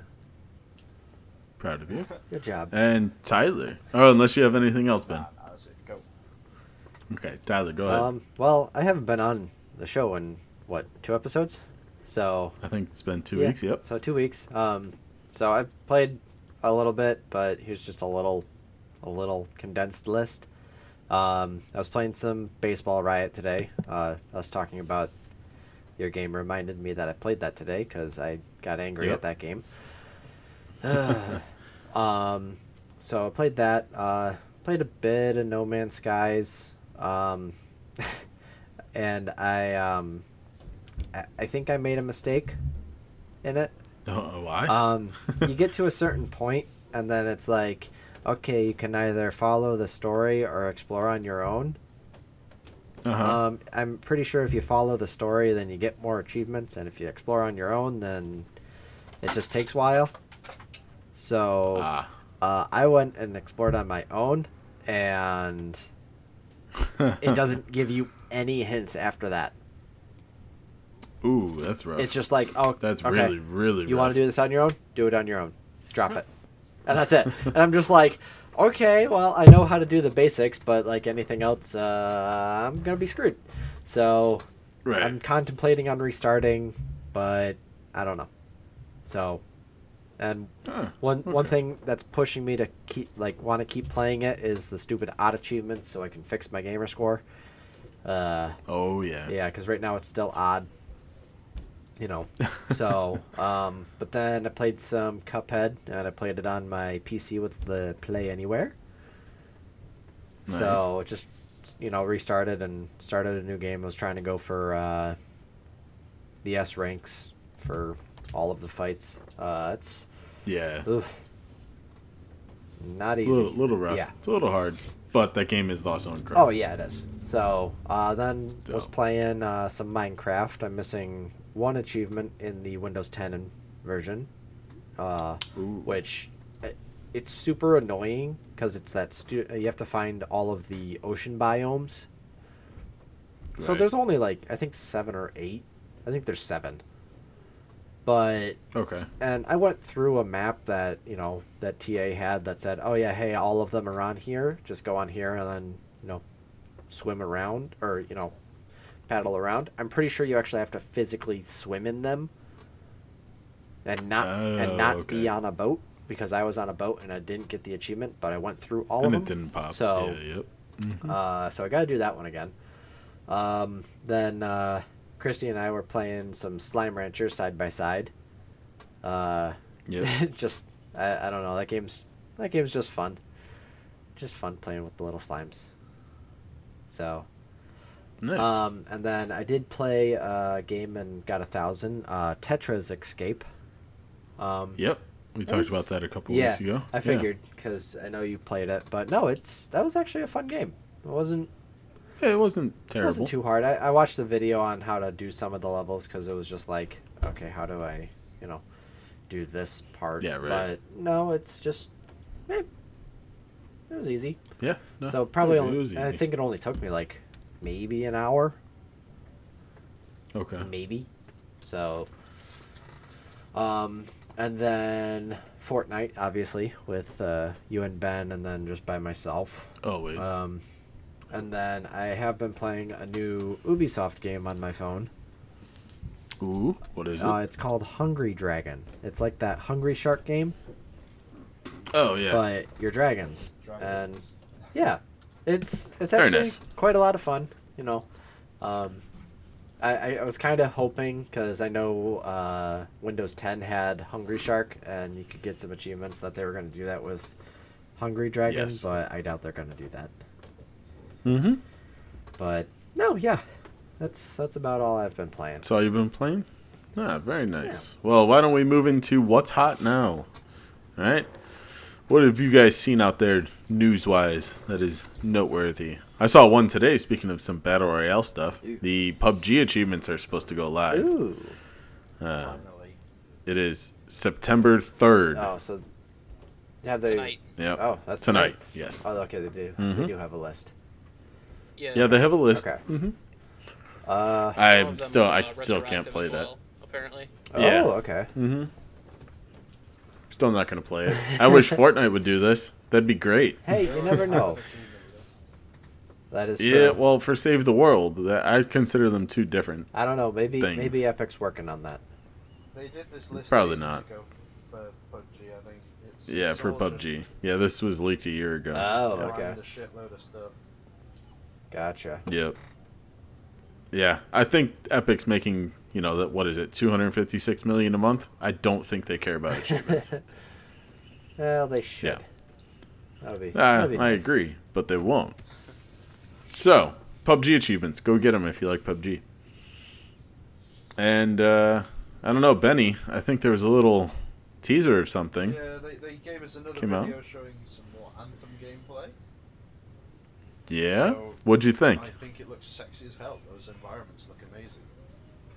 Speaker 1: Proud of you.
Speaker 4: Good job.
Speaker 1: And Tyler. Oh, unless you have anything else, Ben.
Speaker 5: Nah, nah, that's it. Go.
Speaker 1: Okay, Tyler, go ahead.
Speaker 4: Um, well, I haven't been on the show in what two episodes, so
Speaker 1: I think it's been two
Speaker 4: Yeah,
Speaker 1: weeks. Yep.
Speaker 4: So two weeks. Um, so I've played a little bit, but here's just a little, a little condensed list. Um, I was playing some baseball riot today. Uh, us talking about your game reminded me that I played that today because I got angry
Speaker 1: Yep.
Speaker 4: at that game. Uh, um, so I played that. Uh, played a bit of No Man's Skies. Um, and I, um, I, I think I made a mistake in it.
Speaker 1: Oh, why?
Speaker 4: Um, you get to a certain point, and then it's like, okay, you can either follow the story or explore on your own.
Speaker 1: uh-huh.
Speaker 4: Um, I'm pretty sure if you follow the story, then you get more achievements, and if you explore on your own, then it just takes a while. So
Speaker 1: ah.
Speaker 4: uh, I went and explored on my own, and it doesn't give you any hints after that.
Speaker 1: Ooh, that's rough.
Speaker 4: It's just like, oh,
Speaker 1: that's
Speaker 4: okay.
Speaker 1: really, really.
Speaker 4: You
Speaker 1: rough.
Speaker 4: want to do this on your own? Do it on your own. Drop it. And that's it. And I'm just like, okay, well, I know how to do the basics, but like anything else, uh, I'm going to be screwed. So
Speaker 1: right?
Speaker 4: I'm contemplating on restarting, but I don't know. So, and
Speaker 1: Huh.
Speaker 4: one one
Speaker 1: okay.
Speaker 4: thing that's pushing me to keep like want to keep playing it is the stupid odd achievements, so I can fix my gamer score. Uh,
Speaker 1: Oh yeah.
Speaker 4: yeah, because right now it's still odd. You know, so um, but then I played some Cuphead and I played it on my PC with the Play Anywhere.
Speaker 1: Nice.
Speaker 4: So it just you know restarted and started a new game. I was trying to go for uh, the S ranks for all of the fights. Uh, it's
Speaker 1: yeah.
Speaker 4: oof, not
Speaker 1: A
Speaker 4: easy.
Speaker 1: little, little rough.
Speaker 4: Yeah.
Speaker 1: It's a little hard, but that game is also
Speaker 4: Oh
Speaker 1: incredible.
Speaker 4: yeah, it is. So uh, then was
Speaker 1: Dope.
Speaker 4: playing uh, some Minecraft. I'm missing one achievement in the Windows 10 and- version, uh,
Speaker 1: Ooh.
Speaker 4: which it, it's super annoying because it's that stu- uh, you have to find all of the ocean biomes. So
Speaker 1: Right.
Speaker 4: there's only like I think seven or eight. I think there's seven. But
Speaker 1: Okay.
Speaker 4: and I went through a map that you know that TA had that said, "Oh yeah, hey, all of them are on here. Just go on here and then you know swim around or you know paddle around." I'm pretty sure you actually have to physically swim in them and not
Speaker 1: Oh,
Speaker 4: and not
Speaker 1: okay.
Speaker 4: be on a boat because I was on a boat and I didn't get the achievement, but I went through all
Speaker 1: And
Speaker 4: of
Speaker 1: it
Speaker 4: them.
Speaker 1: didn't pop.
Speaker 4: So-
Speaker 1: yeah. Yep.
Speaker 4: Uh, so I got to do that one again. Um, then uh, Christy and I were playing some Slime Rancher side by side. Uh,
Speaker 1: Yep.
Speaker 4: just I, I don't know that game's that game's just fun just fun playing with the little slimes so
Speaker 1: nice.
Speaker 4: um and then i did play a game and got a thousand uh tetra's escape um
Speaker 1: yep. We talked about that a couple
Speaker 4: yeah
Speaker 1: weeks ago.
Speaker 4: i
Speaker 1: Yeah.
Speaker 4: figured because i know you played it but no it's that was actually a fun game it wasn't
Speaker 1: Yeah, it wasn't
Speaker 4: it
Speaker 1: terrible.
Speaker 4: wasn't too hard I, I watched the video on how to do some of the levels because it was just like okay how do i you know do this part
Speaker 1: Yeah, right.
Speaker 4: but no it's just eh, it was easy.
Speaker 1: Yeah. no,
Speaker 4: so probably
Speaker 1: it
Speaker 4: only.
Speaker 1: was
Speaker 4: I
Speaker 1: easy.
Speaker 4: think it only took me like maybe an hour,
Speaker 1: Okay.
Speaker 4: maybe. So, um, and then Fortnite, obviously, with uh, you and Ben, and then just by myself.
Speaker 1: Always.
Speaker 4: Um, and then I have been playing a new Ubisoft game on my phone.
Speaker 1: Ooh, what is it?
Speaker 4: Uh, it's called Hungry Dragon. It's like that Hungry Shark game,
Speaker 1: oh yeah.
Speaker 4: but you're dragons.
Speaker 5: Dragons.
Speaker 4: And yeah, it's it's
Speaker 1: Very
Speaker 4: actually
Speaker 1: nice.
Speaker 4: quite a lot of fun. You know, um, I, I, I was kind of hoping because I know uh, Windows 10 had Hungry Shark, and you could get some achievements that they were going to do that with Hungry Dragon,
Speaker 1: Yes.
Speaker 4: but I doubt they're going to do that.
Speaker 1: mm-hmm.
Speaker 4: But no, yeah, that's that's about all I've been playing.
Speaker 1: That's all you've been playing? Ah, very nice. Well, why don't we move into what's hot now? All right. What have you guys seen out there news wise that is noteworthy? I saw one today, speaking of some Battle Royale stuff. The PUBG achievements are supposed to go live.
Speaker 4: Ooh.
Speaker 1: Uh,
Speaker 5: Finally.
Speaker 1: it is September 3rd.
Speaker 4: Oh, so have they?
Speaker 3: tonight.
Speaker 1: Yep.
Speaker 4: Oh, that's
Speaker 1: Tonight, yes.
Speaker 4: Oh, okay, they do. They
Speaker 1: Mhm.
Speaker 4: do have a list.
Speaker 3: Yeah.
Speaker 1: Yeah, they have a list.
Speaker 4: Okay.
Speaker 1: hmm
Speaker 4: Uh,
Speaker 3: Mm-hmm. Some
Speaker 1: I'm
Speaker 3: of them
Speaker 1: still,
Speaker 3: are,
Speaker 1: I
Speaker 3: uh,
Speaker 1: still can't
Speaker 3: retroactive
Speaker 1: play
Speaker 3: as
Speaker 1: that.
Speaker 3: well, apparently.
Speaker 1: Yeah.
Speaker 4: Oh, okay.
Speaker 1: Mm-hmm. Still not gonna play it. I wish Fortnite would do this. That'd be great.
Speaker 4: Hey, you never know. That is true.
Speaker 1: Yeah, well, for Save the World, that I consider them two different.
Speaker 4: I don't know. Maybe
Speaker 1: things.
Speaker 4: maybe Epic's working on that.
Speaker 5: They did this list
Speaker 1: Probably
Speaker 5: ages
Speaker 1: not.
Speaker 5: ago for PUBG, I think. It's,
Speaker 1: Yeah,
Speaker 5: it's
Speaker 1: for
Speaker 5: all just
Speaker 1: PUBG. Yeah, this was leaked a year ago.
Speaker 4: Oh,
Speaker 1: yeah.
Speaker 5: crammed
Speaker 4: okay.
Speaker 5: a shitload of stuff.
Speaker 4: Gotcha.
Speaker 1: Yep. Yeah, I think Epic's making you know that what is it, 256 million a month. I don't think they care about Uh, achievements.
Speaker 4: well, they should. That'd be,
Speaker 1: Ah,
Speaker 4: that'd be
Speaker 1: I
Speaker 4: nice.
Speaker 1: agree, but they won't. So, PUBG achievements. Go get them if you like PUBG. And, uh, I don't know, Benny, I think there was a little teaser of something.
Speaker 5: Yeah, they, they gave us another
Speaker 1: Came out.
Speaker 5: video showing some more Anthem gameplay.
Speaker 1: Yeah?
Speaker 5: So-
Speaker 1: What'd you think?
Speaker 5: I think it looks sexy as hell. Those environments look amazing.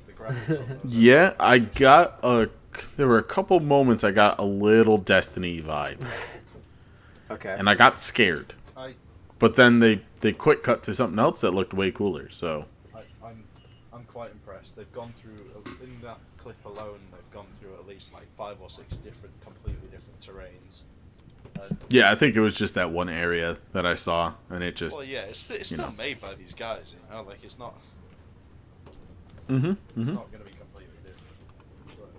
Speaker 5: The graphics on those
Speaker 1: Yeah, I
Speaker 5: environments are
Speaker 1: got a. There were a couple moments I got a little Destiny vibe,
Speaker 4: Okay.
Speaker 1: and I got scared.
Speaker 5: I-
Speaker 1: But then they, they quick cut to something else that looked way cooler, so.
Speaker 5: I, I'm I'm quite impressed. They've gone through in that clip alone. They've gone through at least like five or six different, completely different terrains.
Speaker 1: Yeah, I think it was just that one area that I saw, and it just.
Speaker 6: Well, yeah, it's, it's
Speaker 1: you
Speaker 6: still
Speaker 1: know.
Speaker 6: made by these guys, you know. Like it's not
Speaker 1: hmm
Speaker 5: It's
Speaker 1: hmm
Speaker 5: not going to be completely different.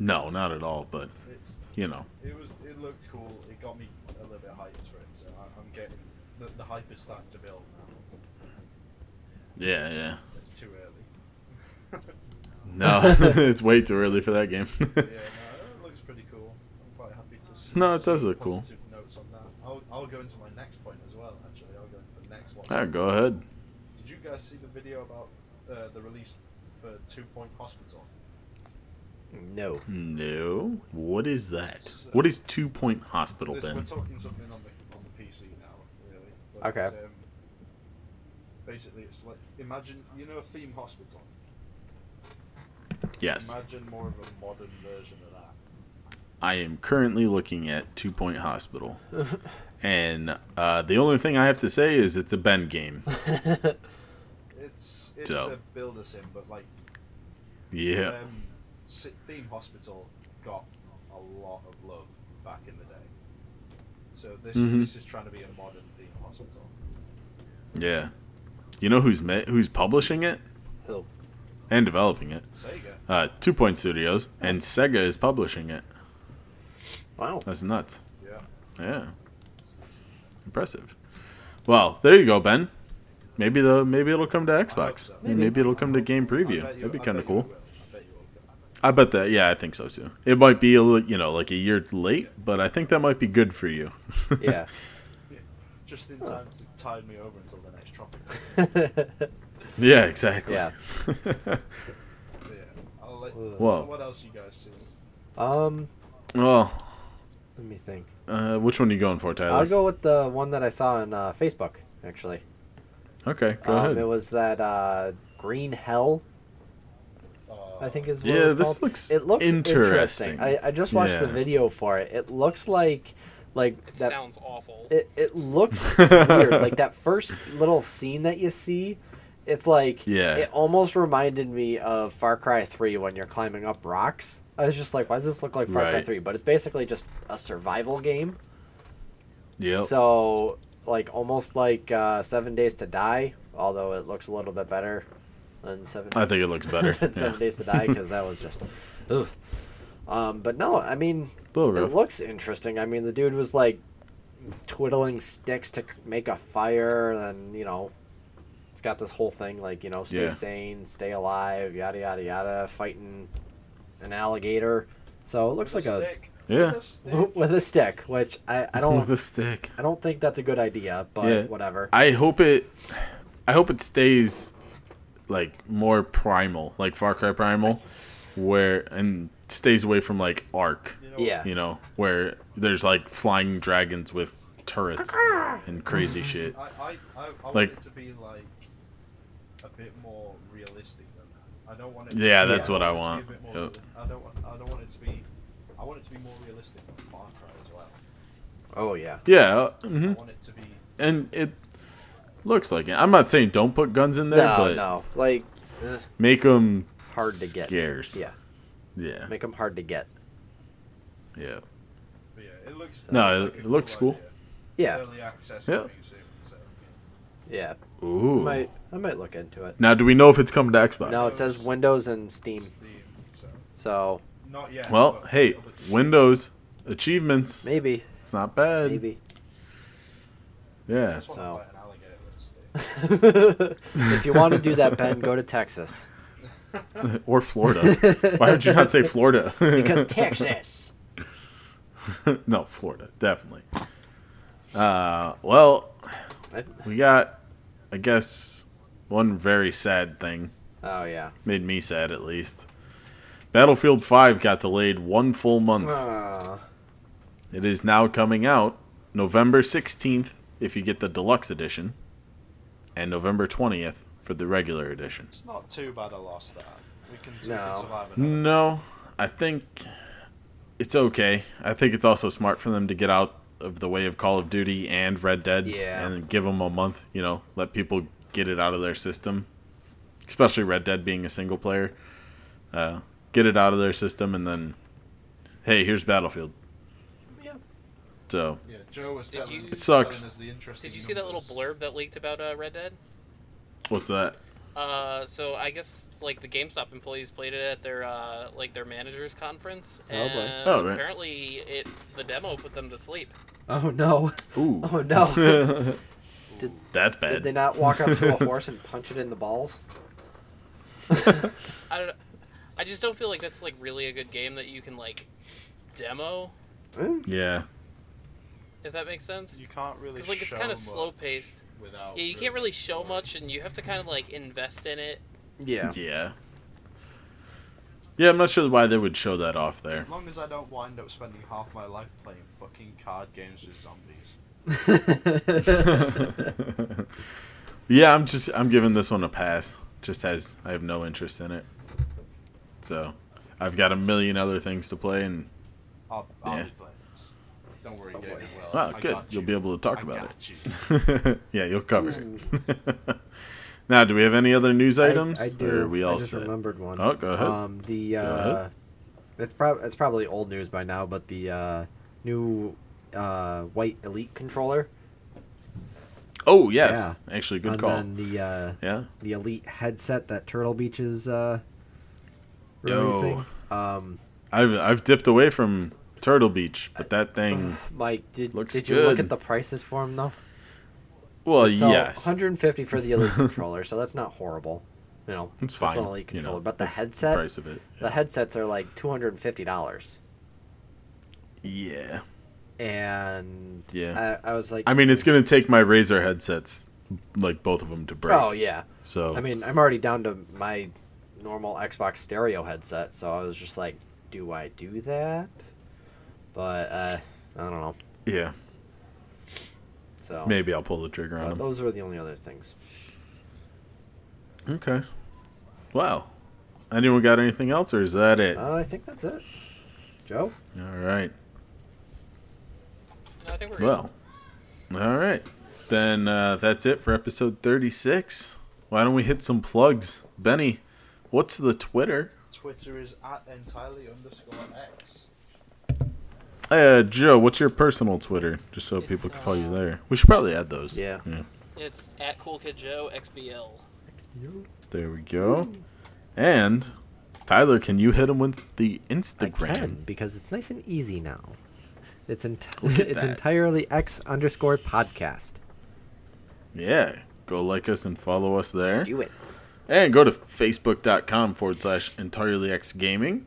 Speaker 1: No, not at all, but,
Speaker 5: But it's
Speaker 1: you know.
Speaker 5: it was it looked cool. It got me a little bit hyped for it. So I, I'm getting the, the hype is starting to build now.
Speaker 1: Yeah, yeah.
Speaker 5: It's too early.
Speaker 1: No, it's way too early for that game.
Speaker 5: yeah, no, it looks pretty cool. I'm quite happy to see.
Speaker 1: No, it does
Speaker 5: see
Speaker 1: look cool.
Speaker 5: positive Notes on that. I'll, I'll go into my next point as well. Actually, I'll go into the next one.
Speaker 1: All right, Ah, go ahead.
Speaker 5: Did you guys see the video about uh, the release for Two Point Hospital?
Speaker 4: No.
Speaker 1: No, what is that?
Speaker 5: So-
Speaker 1: What is Two Point Hospital
Speaker 5: This, we're
Speaker 1: then?
Speaker 5: talking something on the on the PC now, really.
Speaker 4: Okay.
Speaker 5: Um, basically, it's like imagine you know Theme Hospital.
Speaker 1: Yes,
Speaker 5: Imagine more of a modern version of that.
Speaker 1: I am currently looking at Two Point Hospital, and uh, the only thing I have to say is it's a Ben game.
Speaker 5: It's it's
Speaker 1: Dope.
Speaker 5: a builder sim, but like
Speaker 1: Yeah,
Speaker 5: um, Si- Theme Hospital got a lot of love back in the day. So this
Speaker 1: Mhm.
Speaker 5: this is trying to be a modern Theme Hospital.
Speaker 1: yeah. You know who's ma- who's publishing it
Speaker 4: Who?
Speaker 1: and developing it?
Speaker 5: Sega.
Speaker 1: Uh, Two Point Studios and Sega is publishing it.
Speaker 4: Wow.
Speaker 1: That's nuts.
Speaker 5: Yeah.
Speaker 1: Yeah, impressive. Well, there you go, Ben. Maybe the maybe it'll come to
Speaker 5: hope
Speaker 1: Xbox.
Speaker 5: so.
Speaker 1: Maybe.
Speaker 4: Maybe.
Speaker 1: it'll come to game preview.
Speaker 5: I bet you-
Speaker 1: That'd be
Speaker 5: I
Speaker 1: kind of
Speaker 5: bet you it
Speaker 1: cool.
Speaker 5: will. I bet you it will.
Speaker 1: I bet that. Yeah, I think so too. It might be a li- you know like a year late, but I think that might be good for you.
Speaker 4: Yeah.
Speaker 5: Just in time to tide me over until the next topic.
Speaker 1: yeah. Exactly.
Speaker 4: Yeah.
Speaker 5: But yeah. I'll let,
Speaker 1: Whoa.
Speaker 5: What else you guys see?
Speaker 4: um.
Speaker 1: well,
Speaker 4: Let me think.
Speaker 1: uh, which one are you going for,
Speaker 4: I'll
Speaker 1: Tyler?
Speaker 4: go with the one that I saw on uh, Facebook actually.
Speaker 1: okay, go
Speaker 4: um, It
Speaker 1: ahead.
Speaker 4: was that uh, Green Hell.
Speaker 6: Uh,
Speaker 4: I think is what
Speaker 1: Yeah,
Speaker 4: it was
Speaker 1: this
Speaker 4: called.
Speaker 1: looks
Speaker 4: it looks
Speaker 1: interesting.
Speaker 4: I, I just watched the
Speaker 1: Yeah.
Speaker 4: video for it. It looks like Like
Speaker 3: It
Speaker 4: that
Speaker 3: sounds awful.
Speaker 4: it, it looks weird. Like that first little scene that you see, it's like
Speaker 1: Yeah.
Speaker 4: it almost reminded me of Far Cry 3 when you're climbing up rocks. I was just like, why does this look like Far Cry
Speaker 1: Right.
Speaker 4: 3? But it's basically just a survival game.
Speaker 1: Yep.
Speaker 4: So like almost like uh, 7 Days to Die, although it looks a little bit better than 7
Speaker 1: I think it looks better.
Speaker 4: than Seven
Speaker 1: yeah.
Speaker 4: Days to Die because that was just, ugh. Um, but no, I mean,
Speaker 1: Little
Speaker 4: it
Speaker 1: rough.
Speaker 4: looks interesting. I mean, the dude was like twiddling sticks to c- make a fire, and you know, it's got this whole thing like you know, stay
Speaker 1: Yeah.
Speaker 4: sane, stay alive, yada yada yada, fighting an alligator. So it looks like
Speaker 6: With
Speaker 4: a
Speaker 6: stick.
Speaker 1: Yeah.
Speaker 6: With a stick.
Speaker 4: with a stick, which I I
Speaker 1: With
Speaker 4: don't
Speaker 1: a stick.
Speaker 4: I don't think that's a good idea, but
Speaker 1: Yeah.
Speaker 4: whatever.
Speaker 1: I hope it. I hope it stays, like more primal, like Far Cry Primal, where and stays away from like Ark.
Speaker 6: You know what?
Speaker 4: yeah,
Speaker 1: You know, where there's like flying dragons with turrets and crazy shit.
Speaker 6: I, I, I, I want
Speaker 1: Like-
Speaker 6: it to be like a bit more realistic than that. I don't want it. To
Speaker 1: Yeah,
Speaker 6: be-
Speaker 1: that's what I
Speaker 6: it to be a
Speaker 1: want.
Speaker 6: bit more
Speaker 1: Yep.
Speaker 6: reali- I don't want. I don't want it to be. I want it to be more realistic than Far Cry as well.
Speaker 4: oh yeah,
Speaker 1: Yeah. hmm
Speaker 6: I want it to be.
Speaker 1: And it looks like it. I'm not saying don't put guns in there,
Speaker 4: no
Speaker 1: but
Speaker 4: no, like
Speaker 1: make them
Speaker 4: hard to get.
Speaker 1: Scarce.
Speaker 4: Yeah,
Speaker 1: Yeah.
Speaker 4: make them hard to get.
Speaker 1: Yeah.
Speaker 6: But yeah, it looks.
Speaker 1: No,
Speaker 6: it,
Speaker 1: it- it looks cool.
Speaker 6: idea.
Speaker 4: Yeah,
Speaker 6: Early access
Speaker 1: Yeah.
Speaker 6: coming soon. So.
Speaker 4: yeah.
Speaker 1: Ooh.
Speaker 4: might I might look into it.
Speaker 1: Now, do we know if it's coming to Xbox?
Speaker 4: No, it says Windows and Steam.
Speaker 6: Steam, so.
Speaker 4: So
Speaker 6: Not yet.
Speaker 1: Well,
Speaker 6: but
Speaker 1: hey,
Speaker 6: other-
Speaker 1: Windows achievements.
Speaker 4: maybe,
Speaker 1: It's not bad.
Speaker 4: maybe.
Speaker 6: I
Speaker 1: Yeah.
Speaker 6: just want to
Speaker 4: so.
Speaker 6: play an alligator with a stick.
Speaker 4: if you want to do that, Ben, go to Texas.
Speaker 1: or Florida. Why would you not say Florida?
Speaker 4: Because Texas.
Speaker 1: no, Florida, definitely. Uh, well,
Speaker 4: I-
Speaker 1: we got, I guess, one very sad thing.
Speaker 4: Oh yeah.
Speaker 1: Made me sad, at least. Battlefield 5 got delayed one full month.
Speaker 4: Uh,
Speaker 1: It is now coming out November 16th if you get the deluxe edition, and November 20th for the regular edition.
Speaker 6: It's not too bad a loss that. We can, we
Speaker 4: No.
Speaker 6: can survive
Speaker 1: Mm.
Speaker 6: another.
Speaker 1: No, I think it's okay. I think it's also smart for them to get out of the way of Call of Duty and Red Dead
Speaker 4: Yeah.
Speaker 1: and give them a month, you know, let people get it out of their system, especially Red Dead being a single player. Uh, get it out of their system and then, hey, here's Battlefield.
Speaker 4: Yeah.
Speaker 1: So,
Speaker 6: Yeah, Joe was
Speaker 3: Did
Speaker 6: telling,
Speaker 3: you-
Speaker 6: telling
Speaker 3: It
Speaker 1: sucks.
Speaker 6: us the interesting
Speaker 3: Did you see that little
Speaker 6: numbers.
Speaker 3: blurb that leaked about uh, Red Dead?
Speaker 1: what's that?
Speaker 3: Uh, so I guess like the GameStop employees played it at their uh, like their managers conference,
Speaker 4: Oh,
Speaker 3: and
Speaker 4: boy.
Speaker 1: Oh, right.
Speaker 3: apparently it the demo put them to sleep.
Speaker 4: oh no.
Speaker 1: Ooh.
Speaker 4: Oh no. Did-
Speaker 1: That's bad.
Speaker 4: Did they not walk up to a horse and punch it in the balls? Hmm?
Speaker 3: I don't, I just don't feel like that's like really a good game that you can like demo
Speaker 4: Mm,
Speaker 1: Yeah.
Speaker 3: if that makes sense.
Speaker 6: You can't really.
Speaker 3: Because like it's
Speaker 6: show
Speaker 3: kind of
Speaker 6: much
Speaker 3: slow paced.
Speaker 6: Without.
Speaker 3: Yeah, you can't really show much, and you have to kind of like invest in it.
Speaker 4: Yeah.
Speaker 1: Yeah. Yeah, I'm not sure why they would show that off there.
Speaker 6: As long as I don't wind up spending half my life playing fucking card games with zombies.
Speaker 1: yeah, I'm just I'm giving this one a pass. Just as I have no interest in it. So, I've got a million other things to play and
Speaker 6: I'll, I'll
Speaker 1: Yeah.
Speaker 6: be playing this. Don't worry,
Speaker 4: Oh,
Speaker 6: Gabe.
Speaker 4: boy.
Speaker 6: Well,
Speaker 1: wow,
Speaker 6: I
Speaker 1: good.
Speaker 6: got
Speaker 1: You'll
Speaker 6: you.
Speaker 1: be able to talk
Speaker 6: I
Speaker 1: about
Speaker 6: got
Speaker 1: it. yeah, you'll cover it. now, do we have any other news items?
Speaker 4: I, I do.
Speaker 1: Or are we all
Speaker 4: I just
Speaker 1: set?
Speaker 4: remembered one.
Speaker 1: Oh, go ahead.
Speaker 4: Um, the uh,
Speaker 1: ahead.
Speaker 4: it's prob it's probably old news by now, but the uh, new uh, white elite controller
Speaker 1: Oh, yes. Actually, good
Speaker 4: and
Speaker 1: call.
Speaker 4: then the uh,
Speaker 1: yeah.
Speaker 4: the elite headset that Turtle Beach is uh,
Speaker 1: Yo.
Speaker 4: releasing. Um,
Speaker 1: I've I've dipped away from Turtle Beach, but that thing
Speaker 4: Mike, did
Speaker 1: Looks
Speaker 4: did you look
Speaker 1: good.
Speaker 4: at the prices for them though?
Speaker 1: Well,
Speaker 4: So,
Speaker 1: yes.
Speaker 4: 150 for the elite controller, so that's not horrible. You know,
Speaker 1: It's fine.
Speaker 4: an elite
Speaker 1: you know,
Speaker 4: controller, but the
Speaker 1: that's
Speaker 4: headset,
Speaker 1: price of it.
Speaker 4: the headsets are like 250 dollars,
Speaker 1: Yeah.
Speaker 4: and
Speaker 1: Yeah.
Speaker 4: I, I was like,
Speaker 1: I mean, it's gonna take my Razer headsets, like both of them, to break.
Speaker 4: oh yeah.
Speaker 1: So
Speaker 4: I mean, I'm already down to my normal Xbox stereo headset, so I was just like, do I do that? But uh, I don't know.
Speaker 1: yeah,
Speaker 4: So
Speaker 1: maybe I'll pull the trigger
Speaker 4: but
Speaker 1: on them.
Speaker 4: oh. Uh, those were the only other things.
Speaker 1: Okay. Wow. Anyone got anything else, or is that it?
Speaker 4: Uh, I think that's it. Joe.
Speaker 1: All right.
Speaker 3: I think we're good.
Speaker 1: Well, all right. Then uh, that's it for episode 36. Why don't we hit some plugs? Benny, what's the Twitter?
Speaker 6: Twitter is at entirely underscore x.
Speaker 1: Uh, Joe, what's your personal Twitter? Just so
Speaker 3: It's,
Speaker 1: people can follow you
Speaker 3: uh,
Speaker 1: there. We should probably add those.
Speaker 4: Yeah.
Speaker 3: It's at Cool Kid Joe XBL.
Speaker 1: There we go. And Tyler, can you hit him with the
Speaker 4: I
Speaker 1: Instagram?
Speaker 4: can because it's nice and easy now. It's ent-
Speaker 1: Look at
Speaker 4: it's
Speaker 1: that.
Speaker 4: entirely x underscore podcast.
Speaker 1: Yeah. Go like us and follow us there.
Speaker 4: Do it.
Speaker 1: And go to facebook.com forward slash entirely x gaming.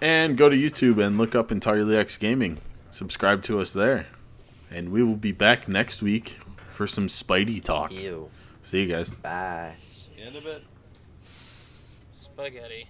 Speaker 1: And go to YouTube and look up entirely x gaming. Subscribe to us there. And we will be back next week for some Spidey talk.
Speaker 4: You.
Speaker 1: See you guys.
Speaker 4: Bye.
Speaker 6: See you in a bit.
Speaker 3: Spaghetti.